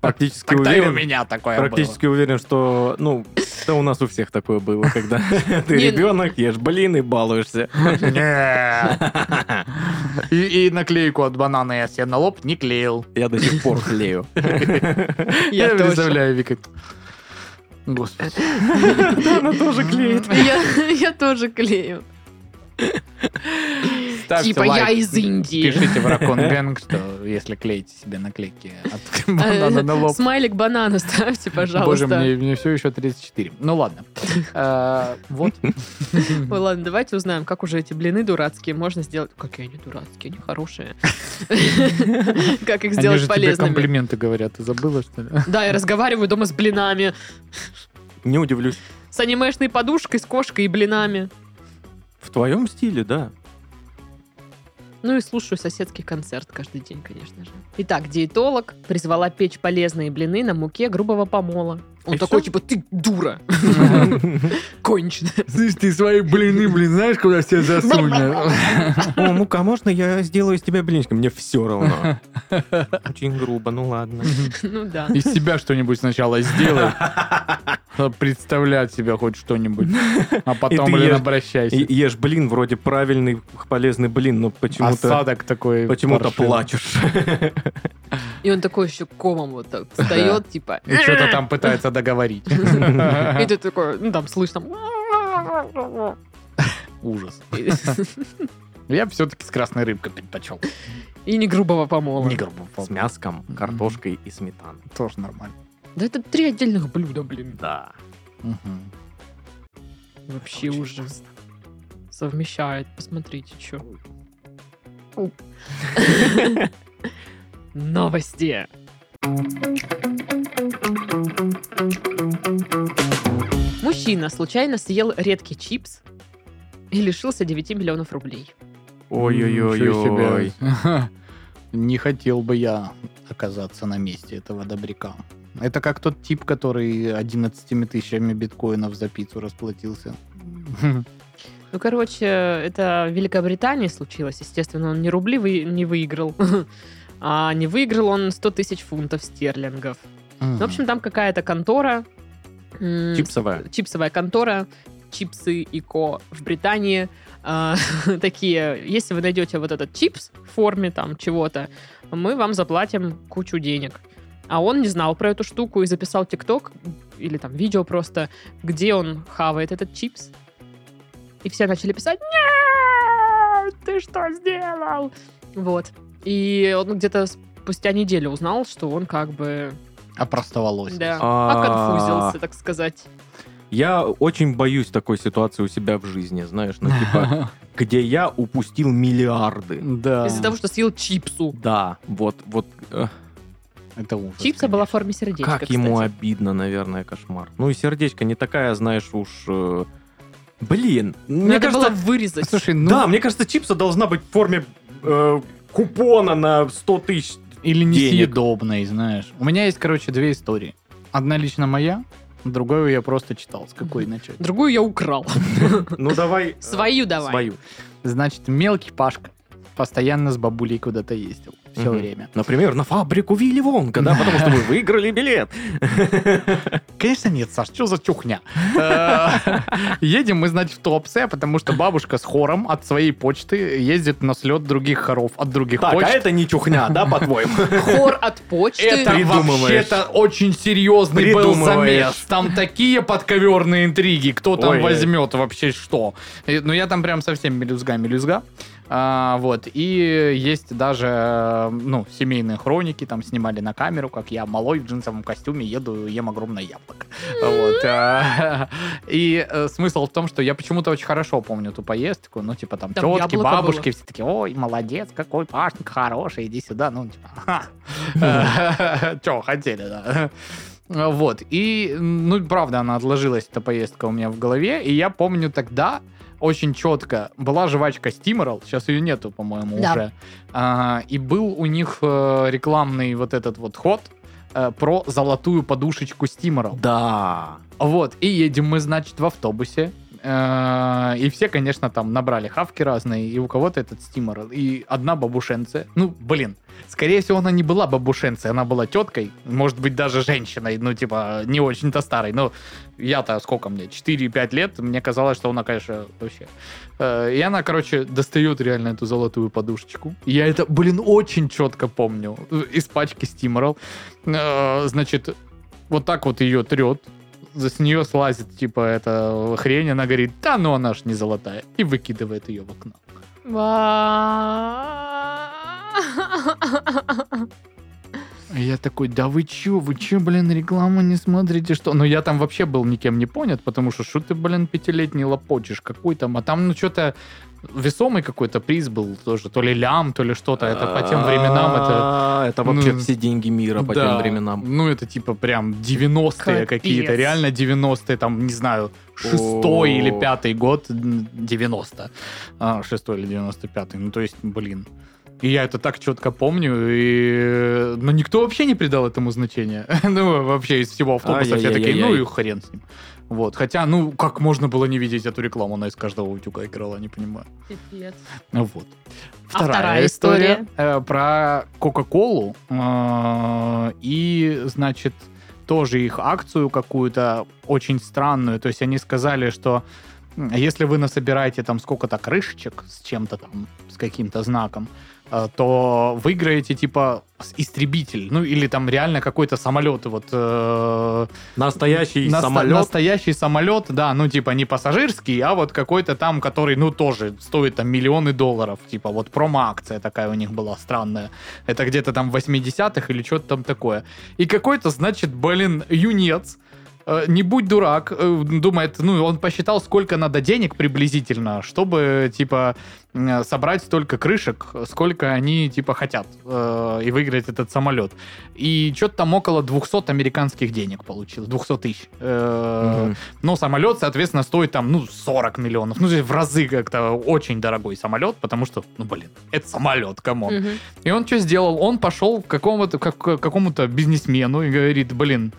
Speaker 2: Практически
Speaker 4: Тогда и у
Speaker 2: уверен.
Speaker 4: меня такое было.
Speaker 2: Практически уверен, что, ну, да у нас у всех такое было, когда ты
Speaker 1: Не,
Speaker 2: ребенок, ешь блин и балуешься.
Speaker 4: Не. И и наклейку от банана я себе на лоб не клеил.
Speaker 2: Я до сих пор клею.
Speaker 1: Я тоже.
Speaker 4: представляю, Вика. Господи.
Speaker 2: Она тоже клеит.
Speaker 1: Я я тоже клею.
Speaker 4: Ставьте
Speaker 1: Типа,
Speaker 4: лайк.
Speaker 1: я из Индии.
Speaker 4: Пишите в Ракон Гэнг, что если клеите себе наклейки от банана на
Speaker 1: Э,
Speaker 4: лоб.
Speaker 1: Смайлик банана ставьте,
Speaker 4: Боже,
Speaker 1: пожалуйста.
Speaker 4: мне, все еще 34. Ну ладно. Э, Вот.
Speaker 1: Ой, ладно, давайте узнаем, как уже эти блины дурацкие можно сделать. Какие они дурацкие, они хорошие. Как их
Speaker 4: Они же
Speaker 1: сделать
Speaker 4: тебе
Speaker 1: полезными.
Speaker 4: комплименты говорят. Ты забыла, что ли?
Speaker 1: Да, я разговариваю дома с блинами.
Speaker 2: Не удивлюсь.
Speaker 1: С анимешной подушкой, с кошкой и блинами.
Speaker 2: В твоем стиле, да.
Speaker 1: Ну и слушаю соседский концерт каждый день, конечно же. Итак, диетолог призвала печь полезные блины на муке грубого помола. Он
Speaker 2: И
Speaker 1: такой,
Speaker 2: всё?
Speaker 1: типа, ты дура, конченая.
Speaker 4: Слышь, ты свои блины, блин, знаешь, куда все засунул?
Speaker 2: О, мука, можно я сделаю из тебя блинчик? Мне все равно. Очень грубо, ну ладно.
Speaker 1: Ну да.
Speaker 4: Из себя что-нибудь сначала сделай. Надо Представлять себя хоть что-нибудь. А потом,
Speaker 2: ты
Speaker 4: блин,
Speaker 2: ешь-
Speaker 4: обращайся.
Speaker 2: И- Ешь блин, вроде правильный, полезный блин, но почему-то...
Speaker 4: Осадок такой.
Speaker 2: Почему-то
Speaker 4: паршивый.
Speaker 2: плачешь.
Speaker 1: И он такой еще комом вот так встает, типа.
Speaker 4: И что-то там пытается договорить.
Speaker 1: И ты такой, ну там слышно.
Speaker 4: Ужас.
Speaker 1: И-
Speaker 4: Я все-таки с красной рыбкой предпочел.
Speaker 1: И не грубого помола.
Speaker 4: Не грубо.
Speaker 2: С мяском, картошкой и сметаной.
Speaker 4: Тоже нормально.
Speaker 1: Да это три отдельных блюда, блин.
Speaker 2: Да.
Speaker 4: Мгм.
Speaker 1: Вообще
Speaker 2: Очень
Speaker 1: уже совмещает. Посмотрите, что. Новости. Мужчина случайно съел редкий чипс и лишился 9 миллионов рублей.
Speaker 2: Ой-ой-ой-ой.
Speaker 4: Ничего себе. Не хотел бы я оказаться на месте этого добряка. Это как тот тип, который 11 тысячами биткоинов за пиццу расплатился.
Speaker 1: Ну, короче, это в Великобритании случилось. Естественно, он ни рубли вы- не выиграл. А не выиграл он 100 тысяч фунтов стерлингов. Ну, В общем, там какая-то контора.
Speaker 2: Типа
Speaker 1: м,
Speaker 2: Чипсовая.
Speaker 1: чипсовая контора Чипсы и Ко в Британии. а, такие, если вы найдете вот этот чипс в форме там чего-то, мы вам заплатим кучу денег. А он не знал про эту штуку и записал ТикТок или там видео просто, где он хавает этот чипс. И все начали писать «Нет! Ты что сделал?» Вот. И он где-то спустя неделю узнал, что он как бы...
Speaker 4: Опростоволосился.
Speaker 1: Да,
Speaker 2: А.
Speaker 1: оконфузился, так сказать.
Speaker 2: Я очень боюсь такой ситуации у себя в жизни, знаешь, ну типа, где я упустил миллиарды.
Speaker 4: Да.
Speaker 1: Из-за того, что съел чипсу.
Speaker 2: Да, вот, вот, э,
Speaker 4: Это ужас.
Speaker 1: Чипса была в форме сердечка,
Speaker 2: как ему
Speaker 1: кстати.
Speaker 2: обидно, наверное, кошмар. Ну и сердечко не такая, знаешь, уж... э, Блин, мне
Speaker 1: Надо Ну, было
Speaker 2: кажется...
Speaker 1: вырезать.
Speaker 4: Слушай, ну...
Speaker 2: Да, мне кажется, чипса должна быть в форме э, купона на 100 тысяч.
Speaker 4: Или
Speaker 2: денег.
Speaker 4: несъедобной, знаешь. У меня есть, короче, две истории. Одна лично моя, другую я просто читал. С какой начать?
Speaker 1: Другую я украл.
Speaker 2: Ну давай... э,
Speaker 1: Свою давай.
Speaker 2: Свою.
Speaker 4: Значит, мелкий Пашка постоянно с бабулей куда-то ездил. Все
Speaker 2: Мгм.
Speaker 4: время.
Speaker 2: Например, на фабрику Вилли Вонка, да, потому что вы выиграли билет.
Speaker 4: Конечно нет, Саш, что за чухня? Э, Едем мы, значит, в Туапсе, потому что бабушка с хором от своей почты ездит на слет других хоров, от других
Speaker 2: Так, а
Speaker 4: почт.
Speaker 2: это не чухня, да, по-твоему?
Speaker 1: Хор от почты.
Speaker 4: Это
Speaker 2: Придумываешь.
Speaker 4: вообще-то очень серьезный был
Speaker 2: Придумываешь.
Speaker 4: замес. Там такие подковерные интриги, кто там
Speaker 2: Ой.
Speaker 4: возьмет вообще что. И- Ну, я там прям совсем мелюзга-мелюзга. А, вот, и есть даже, э, ну, семейные хроники, там снимали на камеру, как я малой в джинсовом костюме еду, ем огромное яблоко. Вот. а, И э, смысл в том, что я почему-то очень хорошо помню эту поездку, ну, типа там
Speaker 1: Там
Speaker 4: тетки,
Speaker 1: яблоко
Speaker 4: бабушки,
Speaker 1: было.
Speaker 4: все такие, ой, молодец, какой пашник хороший, иди сюда, ну, типа, «Ха, Че, хотели, да. Вот. И, ну, правда, она отложилась, эта поездка у меня в голове. И я помню тогда очень четко. Была жвачка Стиморал, сейчас ее нету, по-моему,
Speaker 1: Да.
Speaker 4: уже. А, и был у них э, рекламный вот этот вот ход э, про золотую подушечку Стиморал.
Speaker 2: Да.
Speaker 4: Вот, и едем мы, значит, в автобусе. Э, И все, конечно, там набрали хавки разные, и у кого-то этот стимер, и одна бабушенция. Ну, блин, скорее всего, она не была бабушенцей, она была теткой, может быть, даже женщиной, ну, типа, не очень-то старой. Но я-то сколько мне, 4-5 лет, мне казалось, что она, конечно, вообще... Э, И она, короче, достает реально эту золотую подушечку. Я это, блин, очень четко помню. Э, Из пачки стимерал. Э, Значит, вот так вот ее трет, за- с нее слазит, типа, эта хрень, она говорит, да, ну она ж не золотая, и выкидывает ее в окно.
Speaker 1: Ва-
Speaker 4: И Я такой, да вы чё, вы чё, блин, рекламу не смотрите, что? Ну, я там вообще был никем не понят, потому что что ты, блин, пятилетний лопочешь, какой там, а там, ну, что-то весомый какой-то приз был тоже, то ли лям, то ли что-то, это по тем временам, это...
Speaker 2: А, Это вообще
Speaker 4: Ну,
Speaker 2: все деньги мира по
Speaker 4: Да.
Speaker 2: тем временам.
Speaker 4: Ну, это типа прям 90-е
Speaker 1: Капец.
Speaker 4: какие-то, реально 90-е, там, не знаю, шестой
Speaker 2: О.
Speaker 4: или пятый год, м, 90 а, шестой или 95-й, ну, то есть, блин. И я это так четко помню, и... но никто вообще не придал этому значения. ну, вообще из всего автобуса все такие, ну
Speaker 2: Ай-яй-яй-яй-яй.
Speaker 4: и хрен с ним. Вот, хотя, ну, как можно было не видеть эту рекламу, она из каждого утюга играла, не понимаю.
Speaker 1: Пипец.
Speaker 4: Ну Вот.
Speaker 1: А вторая история?
Speaker 4: э, про Кока-Колу э, и, значит, тоже их акцию какую-то очень странную. То есть они сказали, что м, если вы насобираете там сколько-то крышечек с чем-то там, с каким-то знаком, э, то выиграете типа с- истребитель, ну или там реально какой-то самолет вот э,
Speaker 2: Настоящий
Speaker 4: Наста-
Speaker 2: самолет.
Speaker 4: Настоящий самолет, да, ну типа не пассажирский, а вот какой-то там, который, ну тоже стоит там миллионы долларов. Типа вот промо-акция такая у них была странная. Это где-то там в 80-х или что-то там такое. И какой-то, значит, блин, юнец, э, не будь дурак, э, думает, ну, он посчитал, сколько надо денег приблизительно, чтобы, типа, э, собрать столько крышек, сколько они, типа, хотят, э, и выиграть этот самолет. И что-то там около 200 американских денег получилось, 200 тысяч. Э,
Speaker 2: Мгм.
Speaker 4: Но самолет, соответственно, стоит там, ну, 40 миллионов. Ну, то есть в разы как-то очень дорогой самолет, потому что, ну, блин, это самолет, камон.
Speaker 1: Мгм.
Speaker 4: И он что сделал? Он пошел к какому-то как- к какому-то бизнесмену и говорит, блин,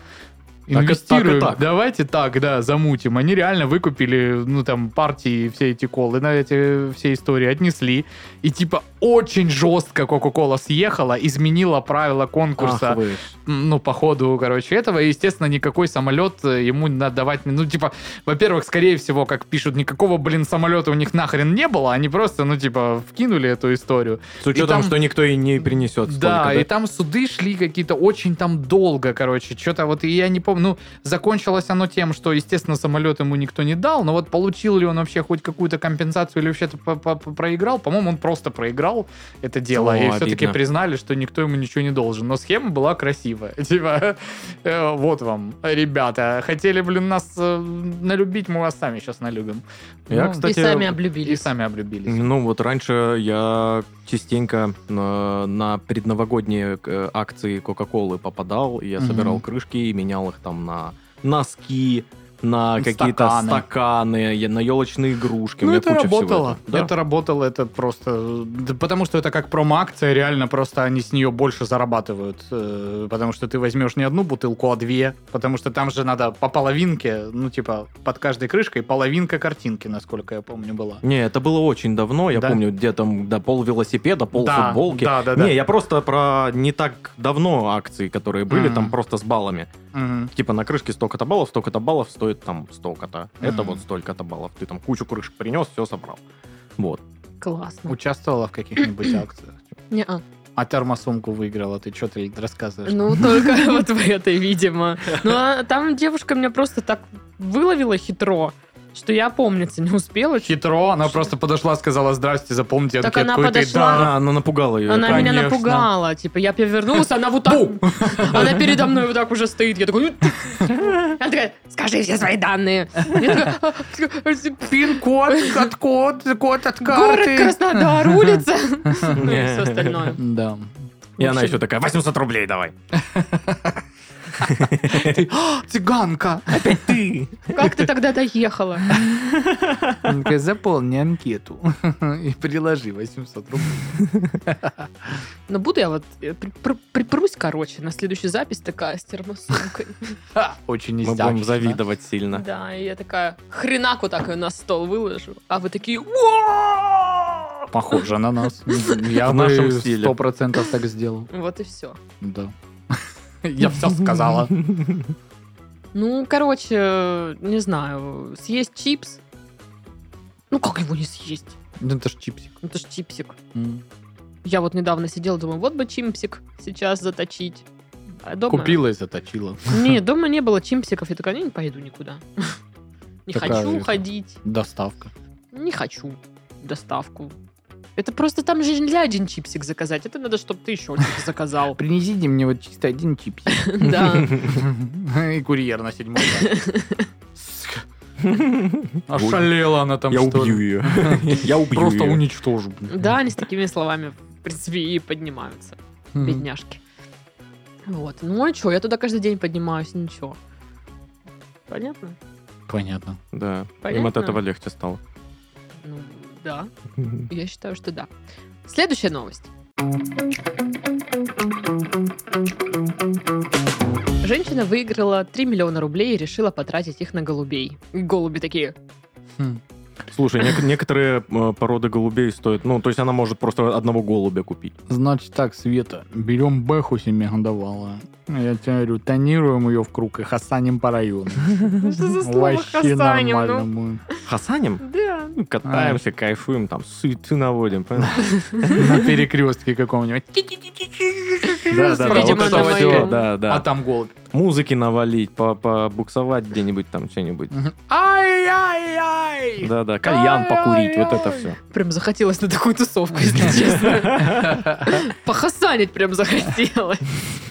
Speaker 2: Так и-
Speaker 4: инвестируем,
Speaker 2: так и так.
Speaker 4: давайте так, да, замутим. Они реально выкупили, ну, там, партии, все эти колы, на эти все истории отнесли. И, типа, очень жестко Кока-Кола съехала, изменила правила конкурса
Speaker 2: Ах вы ж.
Speaker 4: ну, по ходу, короче, этого. И, естественно, никакой самолет э, ему не надо давать. Ну, типа, во-первых, скорее всего, как пишут, никакого, блин, самолета у них нахрен не было. Они просто, ну, типа, вкинули эту историю.
Speaker 2: С учетом,
Speaker 4: там-
Speaker 2: что никто и не принесет столько,
Speaker 4: да, и там суды шли какие-то очень там долго, короче. Что-то вот, и я не помню, таком, ну, закончилось оно тем, что, естественно, самолет ему никто не дал, но вот получил ли он вообще хоть какую-то компенсацию или вообще-то по- по- по- проиграл, по-моему, он просто проиграл это дело,
Speaker 2: О,
Speaker 4: и
Speaker 2: обидно.
Speaker 4: все-таки признали, что никто ему ничего не должен. Но схема была красивая. Типа, э, вот вам, ребята, хотели, блин, нас э, налюбить, мы вас сами сейчас налюбим.
Speaker 2: Я,
Speaker 4: Ну,
Speaker 2: кстати, э,
Speaker 1: и сами
Speaker 4: и
Speaker 1: облюбились.
Speaker 4: сами облюбились.
Speaker 2: Ну вот раньше я частенько э, на предновогодние э, акции Кока-Колы попадал, и я
Speaker 4: Мгм.
Speaker 2: собирал крышки и менял их там на носки, на
Speaker 4: На
Speaker 2: какие-то
Speaker 4: стаканы.
Speaker 2: стаканы, я- на елочные игрушки. У
Speaker 4: Ну,
Speaker 2: меня
Speaker 4: это
Speaker 2: куча всего
Speaker 4: работало.
Speaker 2: этого. Да.
Speaker 4: Это работало, это просто... да потому что это как промо-акция, реально просто они с нее больше зарабатывают. э, потому что ты возьмешь не одну бутылку, а две. Потому что там же надо по половинке, ну, типа, под каждой крышкой половинка картинки, насколько я помню, была.
Speaker 2: Не, это было очень давно, я
Speaker 4: Да?
Speaker 2: помню, где там до пол велосипеда, пол
Speaker 4: Да,
Speaker 2: футболки.
Speaker 4: Да, да, да.
Speaker 2: Не, я просто про не так давно акции, которые были,
Speaker 4: Мгм.
Speaker 2: там просто с баллами.
Speaker 4: Мгм.
Speaker 2: Типа на крышке столько-то баллов, столько-то баллов стоит там столько-то. Это
Speaker 4: Мгм.
Speaker 2: вот столько-то баллов. Ты там кучу крышек принес, все собрал. Вот.
Speaker 1: Классно.
Speaker 4: Участвовала в каких-нибудь акциях?
Speaker 1: Неа.
Speaker 4: А термосумку выиграла, ты что ты рассказываешь?
Speaker 1: Ну, только вот в этой, видимо. Ну, а там девушка меня просто так выловила хитро, что я помниться не успела.
Speaker 4: Хитро, она просто подошла, сказала, здрасте, запомните. Я
Speaker 1: Так
Speaker 4: такие,
Speaker 1: она
Speaker 4: «Откуда ты?»
Speaker 1: подошла.
Speaker 4: «Да».
Speaker 2: Она, она напугала ее.
Speaker 1: А. Она меня
Speaker 4: Конечно.
Speaker 1: напугала. Типа, я перевернулась, она вот так... Она передо мной вот так уже стоит. Я такой... «Ну, Она такая, скажи все свои данные. Я «А, такая,
Speaker 4: Пин-код, от код, код от
Speaker 1: типа, Город Краснодар, улица. Ну и все остальное.
Speaker 4: Да.
Speaker 2: И она
Speaker 1: Вообще-
Speaker 2: еще такая, 800 рублей давай.
Speaker 4: Цыганка!
Speaker 2: Опять ты.
Speaker 1: Как ты тогда доехала?
Speaker 4: Заполни анкету и приложи 800 рублей.
Speaker 1: Ну, буду я вот... э, при- пр- Припрусь, короче, на следующую запись такая с термосумкой.
Speaker 4: Очень
Speaker 2: Мы будем завидовать сильно.
Speaker 1: Да, и я такая хренаку так ее на стол выложу. А вы такие... «Уа!»
Speaker 4: Похоже на нас. Я
Speaker 2: В
Speaker 4: бы
Speaker 2: нашем стиле.
Speaker 4: сто процентов так сделал.
Speaker 1: Вот и все.
Speaker 4: Да. Я все сказала.
Speaker 1: Ну, короче, не знаю, съесть чипс. Ну, как его не съесть?
Speaker 4: Ну, Это ж чипсик.
Speaker 1: Это ж чипсик.
Speaker 4: М.
Speaker 1: Я вот недавно сидела, думаю, вот бы чимпсик сейчас заточить. А дома...
Speaker 4: Купила и заточила.
Speaker 1: Не, дома не было чимпсиков. Я такая, «Ну, не пойду никуда. Не
Speaker 4: Такая
Speaker 1: хочу
Speaker 4: же.
Speaker 1: ходить,
Speaker 4: Доставка.
Speaker 1: не хочу доставку. Это просто там же нельзя один чипсик заказать. Это надо, чтобы ты еще один заказал.
Speaker 4: Принесите мне вот чисто один чипсик.
Speaker 1: Да.
Speaker 4: И курьер на седьмой Ошалела она там,
Speaker 2: Я
Speaker 4: что
Speaker 2: убью
Speaker 4: ли.
Speaker 2: ее. Я убью
Speaker 4: Просто
Speaker 2: её.
Speaker 4: уничтожу. блин.
Speaker 1: Да, они с такими словами, в принципе, и поднимаются.
Speaker 4: Хм.
Speaker 1: бедняжки. Вот. Ну а что, я туда каждый день поднимаюсь, ничего. Понятно?
Speaker 4: Понятно.
Speaker 2: Да. Им от
Speaker 1: Понятно.
Speaker 2: этого легче стало.
Speaker 1: Ну, да. Я считаю, что да. Следующая новость. Женщина выиграла 3 миллиона рублей и решила потратить их на голубей. И Голуби такие.
Speaker 4: Хм.
Speaker 2: Слушай, нек- некоторые э, породы голубей стоят... Ну, то есть она может просто одного голубя купить.
Speaker 4: Значит так, Света, берем Бэху семигодовалую. Я тебе говорю, тонируем ее в круг и хасаним по району.
Speaker 1: «Ну, Что за слово
Speaker 4: Вообще
Speaker 1: «хасаним»,
Speaker 4: нормально
Speaker 1: ну?»
Speaker 4: будет.
Speaker 2: Хасаним?
Speaker 1: Да.
Speaker 2: Ну, Катаемся, кайфуем, там, суету наводим. понял?
Speaker 4: На перекрестке каком-нибудь. Да, да, да,
Speaker 1: Видимо,
Speaker 4: вот это
Speaker 1: на
Speaker 4: вот
Speaker 1: моем.
Speaker 4: всё.
Speaker 2: Да, да.
Speaker 4: А там голубь.
Speaker 2: Музыки навалить, по- побуксовать где-нибудь там что-нибудь.
Speaker 4: Ай-яй-яй!
Speaker 2: Да-да, кальян покурить, вот это все.
Speaker 1: Прям захотелось на такую тусовку, если честно. Похасанить прям захотелось.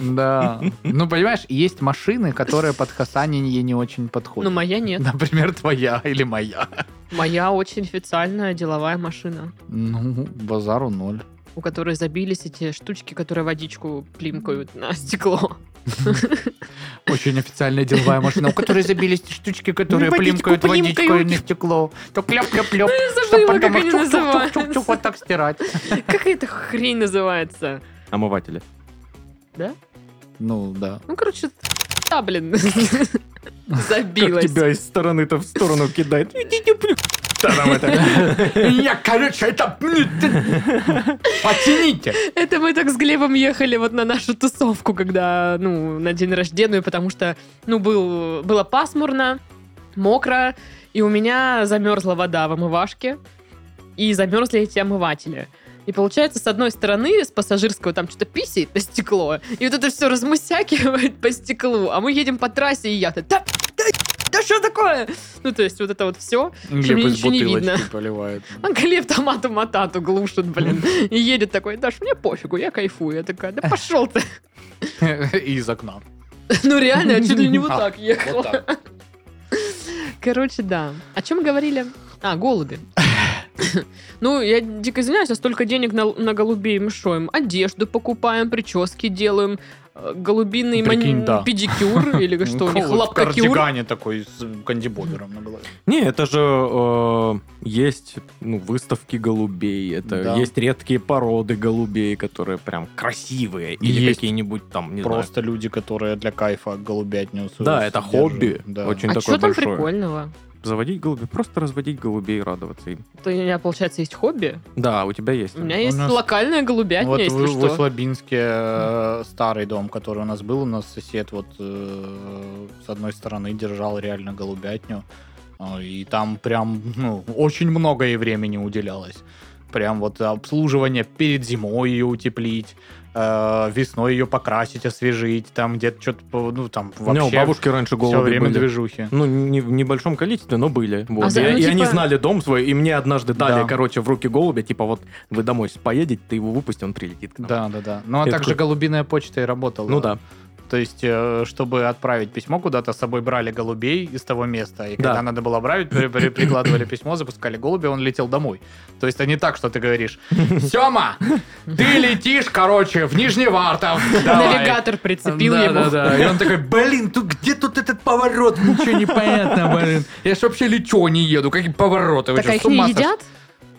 Speaker 4: Да. Ну, понимаешь, есть машины, которые под хасанинье не очень
Speaker 1: Но
Speaker 4: подходят.
Speaker 1: Ну, моя нет.
Speaker 4: Например, твоя или моя.
Speaker 1: Моя очень официальная деловая машина,
Speaker 4: Ну, базару ноль.
Speaker 1: у которой забились эти штучки, которые водичку плимкают на стекло.
Speaker 4: Очень официальная деловая машина, у которой забились эти штучки, которые
Speaker 1: Ну, Водичку
Speaker 4: плимкают водичку
Speaker 1: плимкают. Ну,
Speaker 4: на стекло. То кляп кляп кляп
Speaker 1: забыла, как они называются.
Speaker 4: Вот так стирать.
Speaker 1: Как эта хрень называется?
Speaker 2: Омыватели.
Speaker 4: Ну, да.
Speaker 1: Ну, короче, да, блин. Забилась.
Speaker 2: из стороны-то в сторону кидает.
Speaker 4: Я, короче, это... Потяните!
Speaker 1: Это мы так с Глебом ехали вот на нашу тусовку, когда, ну, на день рождения, потому что, ну, был, было пасмурно, мокро, и у меня замерзла вода в омывашке, и замерзли эти омыватели. И получается, с одной стороны, с пассажирского там что-то писает на стекло, и вот это все размусякивает по стеклу, а мы едем по трассе, и я-то да, да, да что такое? Ну, то есть, вот это вот все.
Speaker 3: Глеб
Speaker 1: мне
Speaker 3: из
Speaker 1: ничего не видно.
Speaker 3: бутылочки поливает.
Speaker 1: А Глеб томату матату глушит, блин. И едет такой, Даш, мне пофигу, я кайфую. Я такая, да пошел ты.
Speaker 4: И из окна.
Speaker 1: Ну реально, я чуть ли не вот так
Speaker 4: А, Вот
Speaker 1: ехала.
Speaker 4: так.
Speaker 1: Короче, да. О чем говорили? А, голуби. Ну, я дико извиняюсь, а столько денег на, на голубей мы шоем. Одежду покупаем, прически делаем, э, голубиный ман-
Speaker 4: Прикинь, да. Ну,
Speaker 1: педикюр или что у них,
Speaker 4: В
Speaker 1: лапкакюр.
Speaker 4: кардигане такой с кандибобером на голове.
Speaker 2: Не, это же э, есть ну, выставки голубей, это
Speaker 4: Да.
Speaker 2: есть редкие породы голубей, которые прям красивые или
Speaker 4: Есть.
Speaker 2: какие-нибудь там, не знаю.
Speaker 4: Просто люди, которые для кайфа голубятню
Speaker 2: Да, это хобби, очень
Speaker 1: А
Speaker 2: такое
Speaker 1: что там
Speaker 2: большое.
Speaker 1: прикольного?
Speaker 2: Заводить голубей, просто разводить голубей и радоваться им.
Speaker 1: То есть У меня, получается, есть хобби.
Speaker 2: Да, у тебя есть.
Speaker 1: У меня
Speaker 4: У
Speaker 1: есть
Speaker 4: нас-
Speaker 1: локальная голубятня,
Speaker 4: Ну, Вот
Speaker 1: если
Speaker 4: в, в
Speaker 1: что.
Speaker 4: Слабинске старый дом, который у нас был, у нас сосед вот э, с одной стороны держал реально голубятню, э, и там прям ну, очень много и времени уделялось. Прям вот обслуживание перед зимой ее утеплить, э, весной ее покрасить, освежить, там где-то что-то, ну там
Speaker 2: У меня у
Speaker 4: вообще
Speaker 2: бабушки раньше
Speaker 4: все
Speaker 2: голуби
Speaker 4: время
Speaker 2: были.
Speaker 4: движухи.
Speaker 2: Ну, не в небольшом количестве, но были. Вот.
Speaker 1: А за-
Speaker 2: и,
Speaker 1: ну,
Speaker 2: и они
Speaker 1: типа-
Speaker 2: знали дом свой, и мне однажды дали,
Speaker 4: Да.
Speaker 2: короче, в руки голубя, типа, вот вы домой поедете, ты его выпусти, он прилетит к нам.
Speaker 4: Да, да, да. Ну а
Speaker 2: Я
Speaker 4: также
Speaker 2: такой-
Speaker 4: голубиная почта и работала.
Speaker 2: Ну да.
Speaker 4: То есть, э, чтобы отправить письмо куда-то, с собой брали голубей из того места. И
Speaker 2: Да.
Speaker 4: когда надо было отправить, при- при- прикладывали письмо, запускали голубя, он летел домой. То есть, а не так, что ты говоришь, Сема, ты летишь, короче, в Нижневартов. Давай».
Speaker 1: Навигатор прицепил
Speaker 4: да,
Speaker 1: его.
Speaker 4: Да, да. И он такой, блин, тут где тут этот поворот? Ничего не понятно, блин. Я ж вообще лечу, а не еду. Какие повороты? Вы
Speaker 1: Так
Speaker 4: что,
Speaker 1: а их
Speaker 4: с
Speaker 1: не
Speaker 4: ума сошли?
Speaker 1: едят?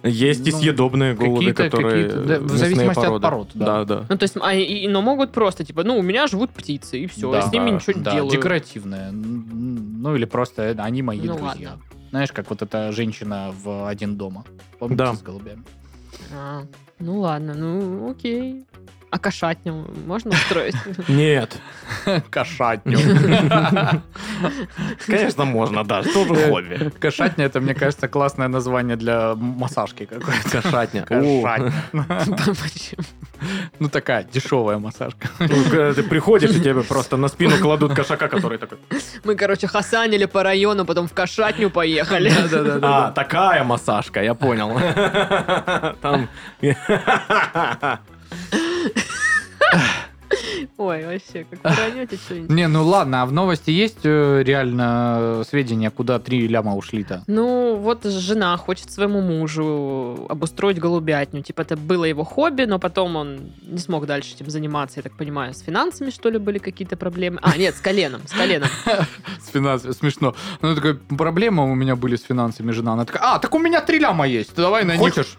Speaker 2: Есть и
Speaker 4: Ну,
Speaker 2: съедобные голуби,
Speaker 4: какие-то-
Speaker 2: которые...
Speaker 4: какие-то, да, в
Speaker 2: мясные
Speaker 4: зависимости от
Speaker 2: породы.
Speaker 4: пород, да.
Speaker 2: Да, да.
Speaker 1: Ну, то есть, а, и- и- но могут просто, типа, ну, у меня живут птицы, и все,
Speaker 4: Да.
Speaker 1: с ними
Speaker 2: Да,
Speaker 1: ничего не
Speaker 4: Да,
Speaker 1: делаю.
Speaker 4: декоративная. М, Ну или просто они мои
Speaker 1: Ну
Speaker 4: друзья.
Speaker 1: ладно.
Speaker 4: Знаешь, как вот эта женщина в один дома. Помните,
Speaker 2: Да.
Speaker 4: с голубями?
Speaker 1: А, ну ладно, ну окей. А кошатню можно устроить?
Speaker 2: Нет.
Speaker 4: Кошатню.
Speaker 2: Конечно, можно, да. Тоже хобби.
Speaker 4: Кошатня, это, мне кажется, классное название для массажки какой-то.
Speaker 2: Кошатня.
Speaker 4: Кошатня.
Speaker 1: Почему?
Speaker 4: Ну такая дешевая массажка.
Speaker 2: О, ну, Когда ты приходишь, и тебе просто на спину кладут кошака, который такой...
Speaker 1: Мы, короче, хасанили по району, потом в кошатню поехали.
Speaker 2: А, такая массажка, я понял. Там...
Speaker 1: Ой, вообще, как пронете что-нибудь.
Speaker 4: Не, ну ладно, а в новости есть э, реально сведения, куда три ляма ушли-то?
Speaker 1: Ну, вот жена хочет своему мужу обустроить голубятню. Типа, это было его хобби, но потом он не смог дальше этим заниматься, я так понимаю, с финансами, что ли, были какие-то проблемы. А, нет, с коленом, с коленом.
Speaker 4: С финансами, смешно. Ну, такая проблема у меня были с финансами, жена. Она такая, а, так у меня три ляма есть, давай на них».
Speaker 2: Хочешь?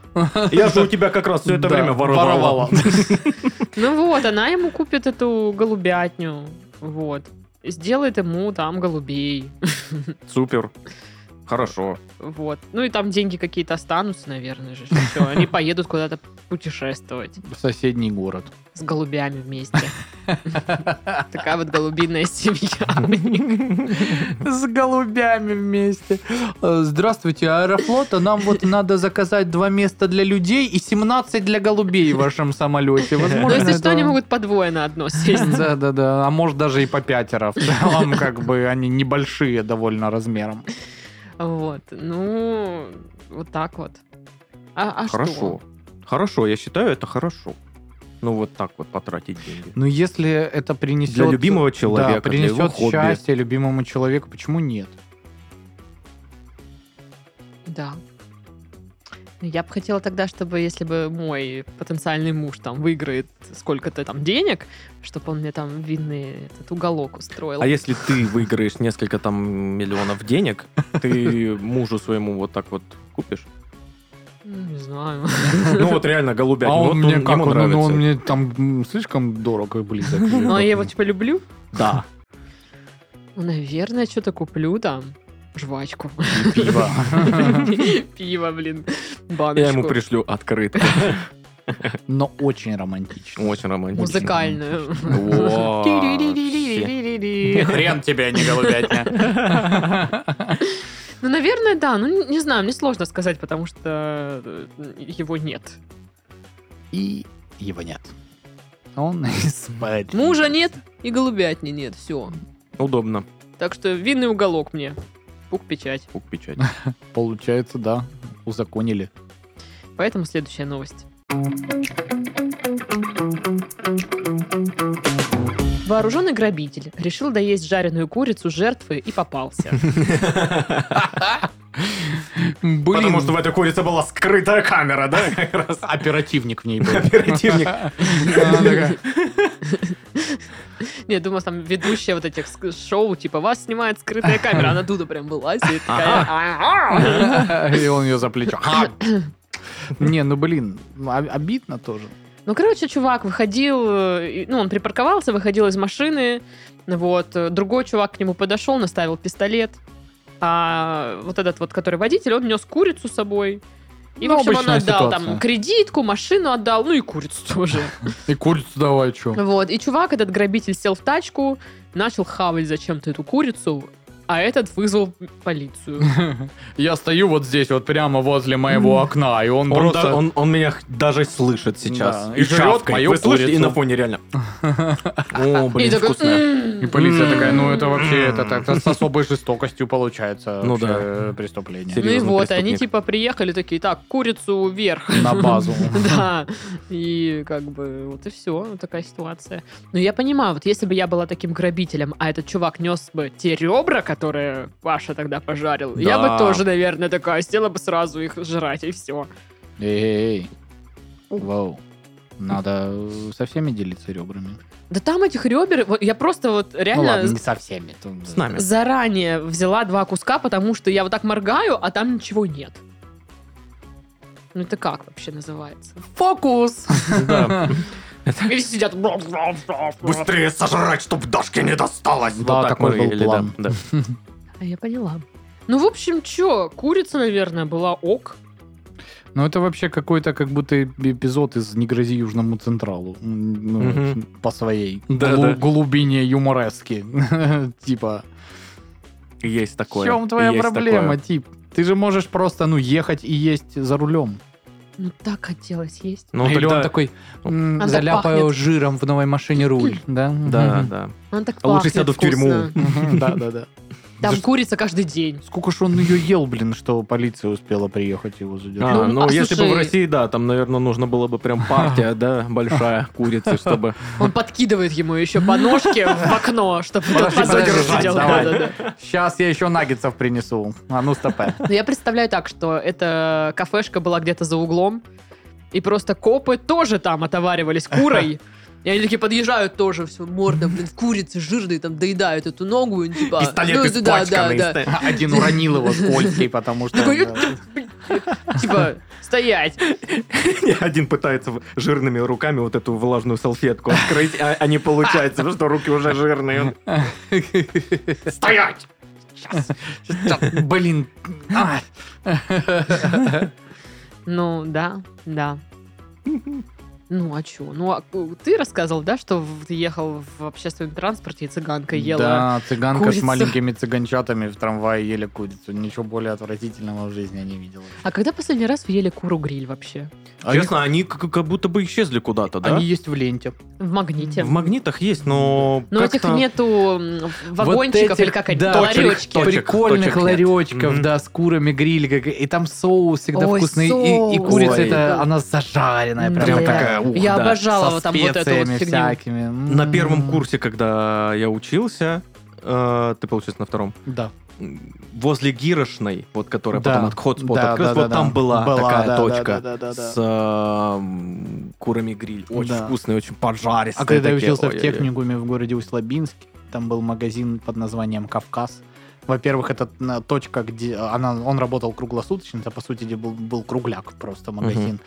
Speaker 2: Я же у тебя как раз все это
Speaker 4: Да,
Speaker 2: время воровала.
Speaker 1: Ну вот, она ему купит эту голубятню. Вот. Сделает ему там голубей.
Speaker 2: Супер. Хорошо.
Speaker 1: Вот. Ну и там деньги какие-то останутся, наверное же. Все, они поедут куда-то путешествовать
Speaker 4: В соседний город.
Speaker 1: с голубями вместе. Такая вот голубиная семья. у них.
Speaker 4: С голубями вместе. Э, Здравствуйте, Аэрофлот. А Нам вот надо заказать два места для людей и 17 для голубей в вашем самолете.
Speaker 1: Ну,
Speaker 4: Возможно,
Speaker 1: если
Speaker 4: это-
Speaker 1: что, они могут по двое на одно сесть.
Speaker 4: Да, да, да. А может даже и по пятеро. В целом, как бы они небольшие довольно размером.
Speaker 1: Вот. Ну, вот так вот. А, а что?
Speaker 2: Хорошо. Хорошо, я считаю, это хорошо. Ну, вот так вот потратить деньги.
Speaker 4: Но если это принесет...
Speaker 2: Для любимого человека,
Speaker 4: да,
Speaker 2: для его
Speaker 4: принесет
Speaker 2: хобби.
Speaker 4: счастье любимому человеку, почему нет?
Speaker 1: Да. Ну, Я бы хотела тогда, чтобы если бы мой потенциальный муж там выиграет сколько-то там денег, чтобы он мне там винный этот уголок устроил.
Speaker 2: А если ты выиграешь несколько там миллионов денег, ты мужу своему вот так вот купишь?
Speaker 1: Ну, Не знаю.
Speaker 2: Ну вот реально голубя.
Speaker 4: а
Speaker 2: Вот
Speaker 4: он мне
Speaker 2: ему
Speaker 4: как? Он,
Speaker 2: нравится.
Speaker 4: он мне там м, слишком дорого и близок.
Speaker 1: Ну, а я его типа люблю.
Speaker 2: Да.
Speaker 1: Ну, Наверное, что-то куплю там. Жвачку.
Speaker 4: Пиво.
Speaker 1: Пиво, блин. Баночку.
Speaker 2: Я ему пришлю открытку.
Speaker 4: Но очень романтично.
Speaker 2: Очень романтично.
Speaker 1: Музыкальную.
Speaker 2: Во,
Speaker 1: Ти-ри-ри-ри-ри-ри-ри.
Speaker 4: Хрен тебе, а не голубятня.
Speaker 1: Ну, наверное, да. Ну, не- не знаю, мне сложно сказать, потому что э, его нет.
Speaker 4: и его нет. Он спать.
Speaker 1: Мужа нет и голубятни нет, все.
Speaker 2: Удобно.
Speaker 1: Так что винный уголок мне. Пук печать.
Speaker 2: Пук печать.
Speaker 4: Получается, да, узаконили.
Speaker 1: Поэтому следующая новость. Вооруженный грабитель решил доесть жареную курицу жертвы и попался.
Speaker 4: Блин,
Speaker 2: Потому что в этой курице была скрытая камера, да? как раз?
Speaker 4: оперативник в ней был.
Speaker 2: Оперативник.
Speaker 4: Она такая,
Speaker 1: Нет, думаю, там ведущая вот этих ск- шоу, типа, вас снимает скрытая камера. Она Дуда прям вылазит. такая, «А-а-а».
Speaker 4: И он ее за плечо. «Ха!» Не, ну блин, ну, об- обидно тоже.
Speaker 1: Ну, короче, чувак выходил, э, и- ну, он припарковался, выходил из машины, вот, э, другой чувак к нему подошел, наставил пистолет, а вот этот вот, который водитель, он нес курицу с собой. И,
Speaker 4: Ну,
Speaker 1: в общем, он
Speaker 4: обычная
Speaker 1: отдал
Speaker 4: ситуация.
Speaker 1: там кредитку, машину отдал, ну и курицу тоже.
Speaker 4: И курицу давай, что?
Speaker 1: Вот, и чувак, этот грабитель, сел в тачку, начал хавать зачем-то эту курицу, а этот вызвал полицию.
Speaker 4: Я стою вот здесь, вот прямо возле моего окна, и
Speaker 2: Он,
Speaker 4: он
Speaker 2: да-
Speaker 4: просто...
Speaker 2: он, он меня х- даже слышит сейчас.
Speaker 4: Да, и жрет
Speaker 2: чавкает.
Speaker 4: мою
Speaker 2: Вы слышите? И
Speaker 4: курицу.
Speaker 2: на фоне реально.
Speaker 1: И
Speaker 2: О, блин,
Speaker 1: такой,
Speaker 2: вкусно.
Speaker 1: «М-м».
Speaker 4: И полиция
Speaker 2: М.
Speaker 4: такая, ну это вообще это так с особой жестокостью получается
Speaker 2: Ну
Speaker 4: вообще преступление.
Speaker 1: Ну и
Speaker 2: серьезный
Speaker 1: вот, они
Speaker 2: преступник.
Speaker 1: типа приехали такие, так, курицу вверх.
Speaker 4: На базу.
Speaker 1: Да, и как бы вот и все, вот такая ситуация. Но я понимаю, вот если бы я была таким грабителем, а этот чувак нес бы те ребра, которые Паша тогда пожарил, я
Speaker 2: Да.
Speaker 1: бы тоже, наверное, такая села бы сразу их жрать и все.
Speaker 4: Эй, вау. Надо со всеми делиться ребрами.
Speaker 1: Да там этих ребер, вот я просто вот
Speaker 4: Ну
Speaker 1: реально
Speaker 4: ладно, не со всеми. то-
Speaker 2: С нами.
Speaker 1: заранее взяла два куска, потому что я вот так моргаю, а там ничего нет. Ну это как вообще называется? Фокус!
Speaker 2: Да.
Speaker 1: И все сидят...
Speaker 2: Быстрее сожрать, чтоб Дашке не досталось.
Speaker 4: Да,
Speaker 2: Вот так
Speaker 4: такой
Speaker 2: мы
Speaker 4: был
Speaker 2: ели, да,
Speaker 4: план.
Speaker 2: да.
Speaker 1: А я поняла. Ну, в общем, чё, курица, наверное, была ок.
Speaker 4: Ну, это вообще какой-то как будто эпизод из «Не грози Южному Централу». М, ну,
Speaker 2: Мгм.
Speaker 4: По своей
Speaker 2: Да,
Speaker 4: глу-
Speaker 2: да.
Speaker 4: глубине юморески. Типа,
Speaker 2: Есть
Speaker 4: в
Speaker 2: такое.
Speaker 4: чем твоя
Speaker 2: есть
Speaker 4: проблема,
Speaker 2: такое.
Speaker 4: тип? Ты же можешь просто, ну, ехать и есть за рулем.
Speaker 1: Ну, так хотелось есть.
Speaker 2: Ну,
Speaker 4: Или он
Speaker 2: тогда-
Speaker 4: такой, м,
Speaker 1: А так
Speaker 4: заляпаю
Speaker 1: пахнет».
Speaker 4: жиром в новой машине руль, да?
Speaker 2: Да, да.
Speaker 1: Он так
Speaker 2: А лучше
Speaker 1: пахнет
Speaker 2: сяду в
Speaker 1: вкусно.
Speaker 2: тюрьму.
Speaker 4: Мгм, Да, да, да.
Speaker 1: Там
Speaker 4: Да
Speaker 1: курица каждый день.
Speaker 4: Сколько ж он ее ел, блин, что полиция успела приехать его
Speaker 2: А,
Speaker 4: задержать.
Speaker 1: Ну,
Speaker 2: ну,
Speaker 1: а
Speaker 2: если бы в
Speaker 1: слушай-
Speaker 2: России, да, там, наверное, нужно было бы прям партия, да, большая курицы, чтобы...
Speaker 1: Он подкидывает ему еще по ножке в окно, чтобы тот
Speaker 4: Подожди,
Speaker 1: подальше
Speaker 4: подожди,
Speaker 1: сидел.
Speaker 4: давай.
Speaker 1: Да-да-да.
Speaker 4: Сейчас Ну, я еще наггетсов принесу. А ну, стопэ.
Speaker 1: Но я представляю так, что эта кафешка была где-то за углом, и просто копы тоже там отоваривались курой. И они такие подъезжают тоже, все, морда, блин, в курице жирные, там доедают эту ногу, и типа... ну, да, да, да.
Speaker 4: Один уронил его скользкий, потому что...
Speaker 1: Такой,
Speaker 4: да.
Speaker 1: Типа, стоять.
Speaker 2: Один пытается в- жирными руками вот эту влажную салфетку открыть, а а не получается, потому что руки уже жирные.
Speaker 4: Стоять! Блин. А.
Speaker 1: Ну, да, да. Ну, а чё? Ну, а э, ты рассказывал, да, что в- ты ехал в общественном транспорте и цыганка ела?
Speaker 4: Да, цыганка с
Speaker 1: курицу.
Speaker 4: маленькими цыганчатами в трамвае ели курицу. Ничего более отвратительного в жизни я не видел.
Speaker 1: А когда последний раз вы ели куру-гриль вообще?
Speaker 2: Честно, они как как будто бы исчезли куда-то, да?
Speaker 4: Они есть в ленте.
Speaker 1: В магните?
Speaker 2: В магнитах есть, но...
Speaker 1: Но этих
Speaker 2: как-то-
Speaker 1: нету м, вагончиков
Speaker 4: Вот
Speaker 1: или
Speaker 4: этих,
Speaker 1: как они,
Speaker 4: да,
Speaker 1: ларёчки.
Speaker 2: точек,
Speaker 4: Прикольных
Speaker 2: точек нет.
Speaker 4: ларечков,
Speaker 2: Мгм.
Speaker 4: да, с курами гриль. как- И там соус всегда
Speaker 1: Ой,
Speaker 4: вкусный. и- И
Speaker 1: соус.
Speaker 4: курица,
Speaker 2: Ой.
Speaker 4: это она зажаренная.
Speaker 1: Да.
Speaker 4: Прям такая, ух,
Speaker 1: Я
Speaker 2: да,
Speaker 1: обожала
Speaker 4: со
Speaker 1: вот там вот эту вот
Speaker 4: специями
Speaker 1: фигню.
Speaker 4: всякими. М-м-м. М.
Speaker 2: На первом курсе, когда я учился, э, ты, получается, на втором,
Speaker 4: Да.
Speaker 2: возле Гирошной, вот которая
Speaker 4: Да.
Speaker 2: потом от Hotspot
Speaker 4: Да,
Speaker 2: открылась,
Speaker 4: да,
Speaker 2: вот
Speaker 4: да,
Speaker 2: там
Speaker 4: да.
Speaker 2: была, такая
Speaker 4: да, да,
Speaker 2: точка
Speaker 4: да, да, да, да.
Speaker 2: с эм, курами гриль. Очень
Speaker 4: Да.
Speaker 2: вкусный, очень поджаристый.
Speaker 4: А когда я
Speaker 2: такие,
Speaker 4: учился в
Speaker 2: ой-ой-ой.
Speaker 4: техникуме в городе Усть-Лабинске, там был магазин под названием «Кавказ». Во-первых, это на- точка, где она, он работал круглосуточно, это, по сути, где был, был кругляк просто магазин.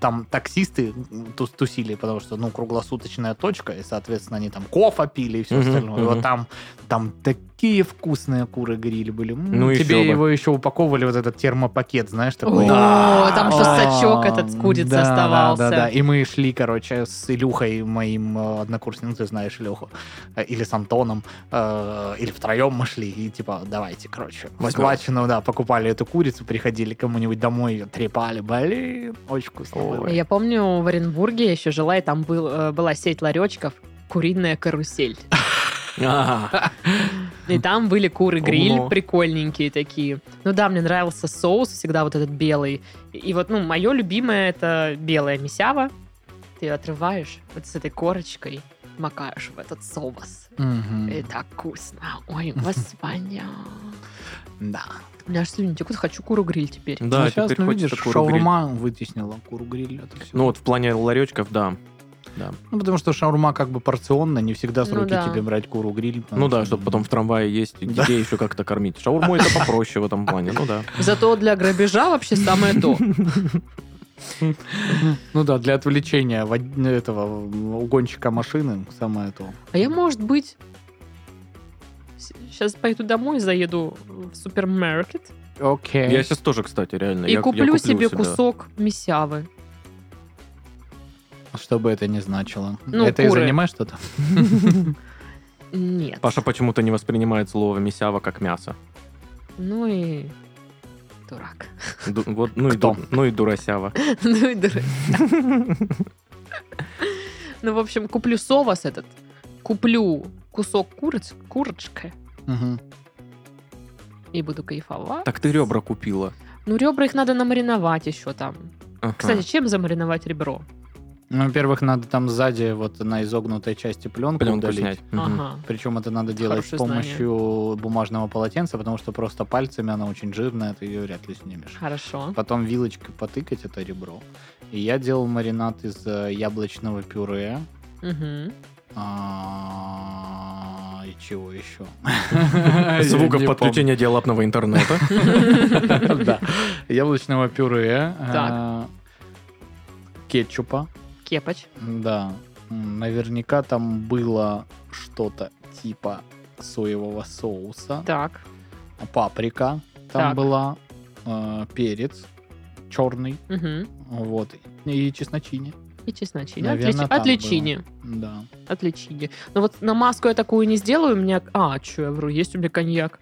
Speaker 4: Там таксисты тус- тусили, потому что, ну, круглосуточная точка, и, соответственно, они там кофе пили и все
Speaker 2: Мгм,
Speaker 4: остальное. И
Speaker 2: мгм.
Speaker 4: вот там, там такие вкусные куры-гриль были. М,
Speaker 2: Ну, еще
Speaker 4: Тебе
Speaker 2: бы.
Speaker 4: его еще упаковывали, вот этот термопакет, знаешь, такой.
Speaker 1: О, там еще
Speaker 4: А,
Speaker 1: сачок этот с курицы
Speaker 4: да, Да, да, да.
Speaker 1: оставался.
Speaker 4: И мы шли, короче, с Илюхой, моим э, однокурсником, ну, ты знаешь Илюху, э, или с Антоном, э, или втроем мы шли, и типа все, давайте, короче.
Speaker 2: Возьмём.
Speaker 4: Схвачено, да, покупали эту курицу, приходили кому-нибудь домой, ее трепали, блин, очень вкусно
Speaker 2: Ой.
Speaker 4: было.
Speaker 1: Я помню, в Оренбурге я еще жила, и там был, э, была сеть ларечков «Куриная карусель».
Speaker 2: Ага.
Speaker 1: И там были куры-гриль,
Speaker 2: Умно.
Speaker 1: прикольненькие такие. Ну да, мне нравился соус всегда вот этот белый. И вот, ну, мое любимое это белая мясява. Ты её отрываешь вот с этой корочкой, макаешь в этот соус.
Speaker 4: Мгм.
Speaker 1: И так вкусно. Ой, господи.
Speaker 4: Да.
Speaker 1: У меня аж слюни текут, хочу куру-гриль теперь.
Speaker 2: Да,
Speaker 4: ну, сейчас,
Speaker 2: теперь
Speaker 4: ну,
Speaker 2: хочется
Speaker 4: видишь,
Speaker 2: куру гриль.
Speaker 4: шаурма вытеснила куру гриль. это всё.
Speaker 2: Ну вот в плане ларечков, да.
Speaker 4: Ну, потому что шаурма как бы порционно, не всегда с
Speaker 1: Ну
Speaker 4: руки
Speaker 1: да.
Speaker 4: тебе брать куру гриль.
Speaker 2: Ну да, чтобы потом в трамвае есть, и
Speaker 4: Да.
Speaker 2: детей еще как-то кормить. Шаурму это попроще в этом плане, ну да.
Speaker 1: Зато для грабежа вообще самое то.
Speaker 4: Ну да, для отвлечения вод- этого м, угонщика машины самое то.
Speaker 1: А я, может быть, сейчас пойду домой, заеду в супермаркет
Speaker 4: Окей.
Speaker 2: Я сейчас тоже, кстати, реально.
Speaker 1: и
Speaker 2: я- я
Speaker 1: куплю себе
Speaker 2: да.
Speaker 1: кусок мясявы.
Speaker 4: Что бы это ни значило.
Speaker 1: Ну,
Speaker 4: это из
Speaker 1: куры.
Speaker 4: аниме что-то?
Speaker 1: Нет.
Speaker 2: Паша почему-то не воспринимает слово мясява как мясо.
Speaker 1: Ну и дурак.
Speaker 2: Ду- вот, ну, и
Speaker 4: Кто?
Speaker 2: ду- ну и дурасява.
Speaker 1: Ну и дурак. Ну, в общем, куплю совос этот. Куплю кусок куриц, курочка,
Speaker 4: Мгм.
Speaker 1: и буду кайфовать.
Speaker 2: Так ты ребра купила.
Speaker 1: Ну, ребра их надо намариновать еще там.
Speaker 2: Ага.
Speaker 1: Кстати, чем замариновать ребро?
Speaker 4: Ну, во-первых, надо там сзади вот на изогнутой части пленку,
Speaker 2: пленку
Speaker 4: удалить.
Speaker 2: снять. Мгм.
Speaker 1: Ага.
Speaker 4: Причем это надо делать с
Speaker 1: Хорошее
Speaker 4: помощью бумажного полотенца, потому что просто пальцами она очень жирная, ты ее вряд ли снимешь.
Speaker 1: Хорошо.
Speaker 4: Потом вилочкой потыкать это ребро. И я делал маринад из э, яблочного пюре.
Speaker 1: Мгм.
Speaker 4: а, И чего еще?
Speaker 2: Звуков
Speaker 4: Я не
Speaker 2: подключения диалапного интернета.
Speaker 4: помню. Да. Яблочного пюре. э, Кетчупа.
Speaker 1: Кепач.
Speaker 4: Да. М, Наверняка там было что-то типа соевого соуса.
Speaker 1: Так.
Speaker 4: Паприка там
Speaker 1: Так.
Speaker 4: была. э, Перец черный.
Speaker 1: Мгм.
Speaker 4: Вот. И чесночине.
Speaker 1: И чесночине.
Speaker 4: Наверно,
Speaker 1: Отлич-
Speaker 4: там
Speaker 1: Отличине.
Speaker 4: Да.
Speaker 1: Отличине. Но вот на маску я такую не сделаю, у меня... А, что я вру, есть у меня коньяк.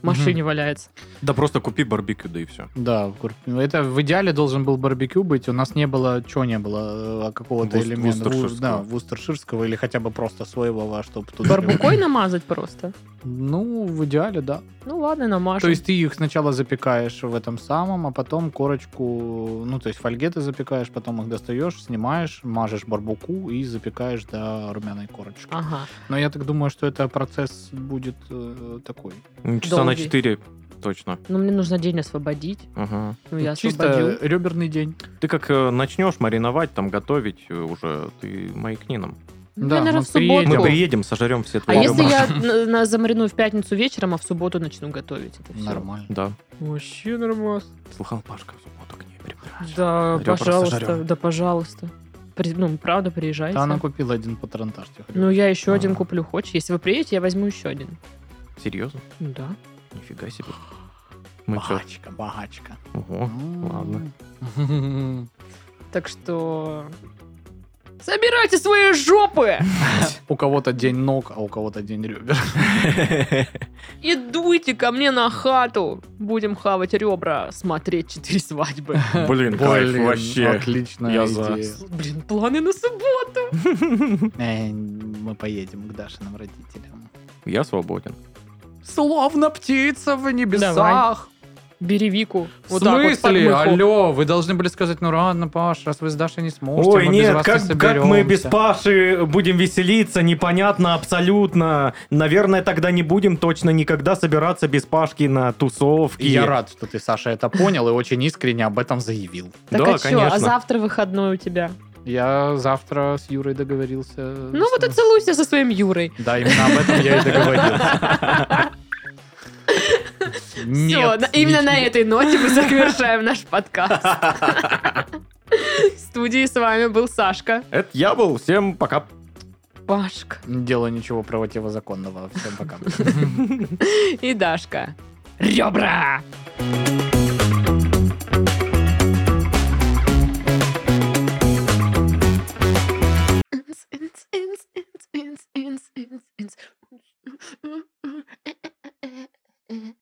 Speaker 1: В машине валяется.
Speaker 2: Да просто купи барбекю, да и все.
Speaker 4: Да, в кур- ну, это в идеале должен был барбекю быть. У нас не было, чего не было, э, какого-то
Speaker 2: Вуст-
Speaker 4: элемента. Ву-
Speaker 2: вустерширского.
Speaker 4: Да, вустерширского или хотя бы просто соевого, чтобы туда...
Speaker 1: Барбукой намазать просто.
Speaker 4: Ну, в идеале, да.
Speaker 1: Ну ладно, намажу.
Speaker 4: То есть ты их сначала запекаешь в этом самом, а потом корочку, ну, то есть фольге ты запекаешь, потом их достаешь, снимаешь, мажешь барбуку и запекаешь до румяной корочки.
Speaker 1: Ага.
Speaker 4: Но я так думаю, что это процесс будет э, такой.
Speaker 2: Часа на
Speaker 1: Долгий.
Speaker 2: 4 точно.
Speaker 1: Ну мне нужно день освободить.
Speaker 2: Ага.
Speaker 1: Ну я
Speaker 4: Чисто э,
Speaker 1: освободил.
Speaker 4: реберный день.
Speaker 2: Ты как э, начнешь мариновать, там готовить э, уже, ты маякни нам.
Speaker 1: Ну,
Speaker 4: да,
Speaker 1: я, наверное,
Speaker 4: мы
Speaker 1: в субботу.
Speaker 2: Мы
Speaker 4: Идём.
Speaker 2: приедем, сожрем все
Speaker 1: А
Speaker 2: твои
Speaker 1: если
Speaker 2: ребра.
Speaker 1: я на- на- замариную в пятницу вечером, а в субботу начну готовить это все?
Speaker 4: Нормально.
Speaker 2: Да.
Speaker 1: Вообще нормально.
Speaker 2: Слыхал, Пашка в субботу к ней прибрался.
Speaker 1: Да,
Speaker 2: Ребра
Speaker 1: пожалуйста,
Speaker 2: сожрём.
Speaker 1: да, пожалуйста. При- ну, правда, приезжайте.
Speaker 4: Да, она купила один патронтаж. я хочу
Speaker 1: Ну, я еще
Speaker 2: А.
Speaker 1: один куплю. Хочешь? Если вы приедете, я возьму еще один.
Speaker 2: Серьезно?
Speaker 1: Ну да.
Speaker 2: Нифига себе. Мы Ну, чё? Ну,
Speaker 4: Багачка, багачка.
Speaker 2: Ого. ладно.
Speaker 1: Так что... Собирайте свои жопы
Speaker 4: У кого-то день ног, а у кого-то день ребер.
Speaker 1: и дуйте ко мне на хату. Будем хавать ребра, смотреть четыре свадьбы.
Speaker 2: Блин, ну кайф
Speaker 4: Блин,
Speaker 2: вообще.
Speaker 4: Отличная
Speaker 2: Я за.
Speaker 4: идея.
Speaker 1: Блин, планы на субботу.
Speaker 4: Э, Мы поедем к Дашиным родителям.
Speaker 2: Я свободен.
Speaker 4: Словно птица в
Speaker 1: небесах. Бери Вику.
Speaker 4: В
Speaker 1: Вот так вот под
Speaker 4: смысле?
Speaker 1: мыху.
Speaker 4: Алло, вы должны были сказать, ну ладно, Паш, раз вы с Дашей не сможете, мы без вас не соберёмся».
Speaker 2: Паши будем веселиться, непонятно абсолютно. Наверное, тогда не будем точно никогда собираться без Пашки на тусовки.
Speaker 4: Я рад, что ты, Саша, это понял и очень искренне об этом заявил.
Speaker 1: Так
Speaker 2: Да,
Speaker 1: а чё,
Speaker 2: конечно.
Speaker 1: а завтра выходной у тебя?
Speaker 4: Я завтра с Юрой договорился.
Speaker 1: Ну вот и целуйся со своим Юрой.
Speaker 4: Да, именно об этом я и договорился.
Speaker 1: Все,
Speaker 4: Нет,
Speaker 1: именно
Speaker 4: не-
Speaker 1: на этой ноте мы завершаем наш подкаст. В студии с вами был Сашка.
Speaker 2: Это я был. Всем пока.
Speaker 1: Пашка.
Speaker 4: Не делаю ничего противозаконного. Всем пока.
Speaker 1: и Дашка. Ребра! Мгм.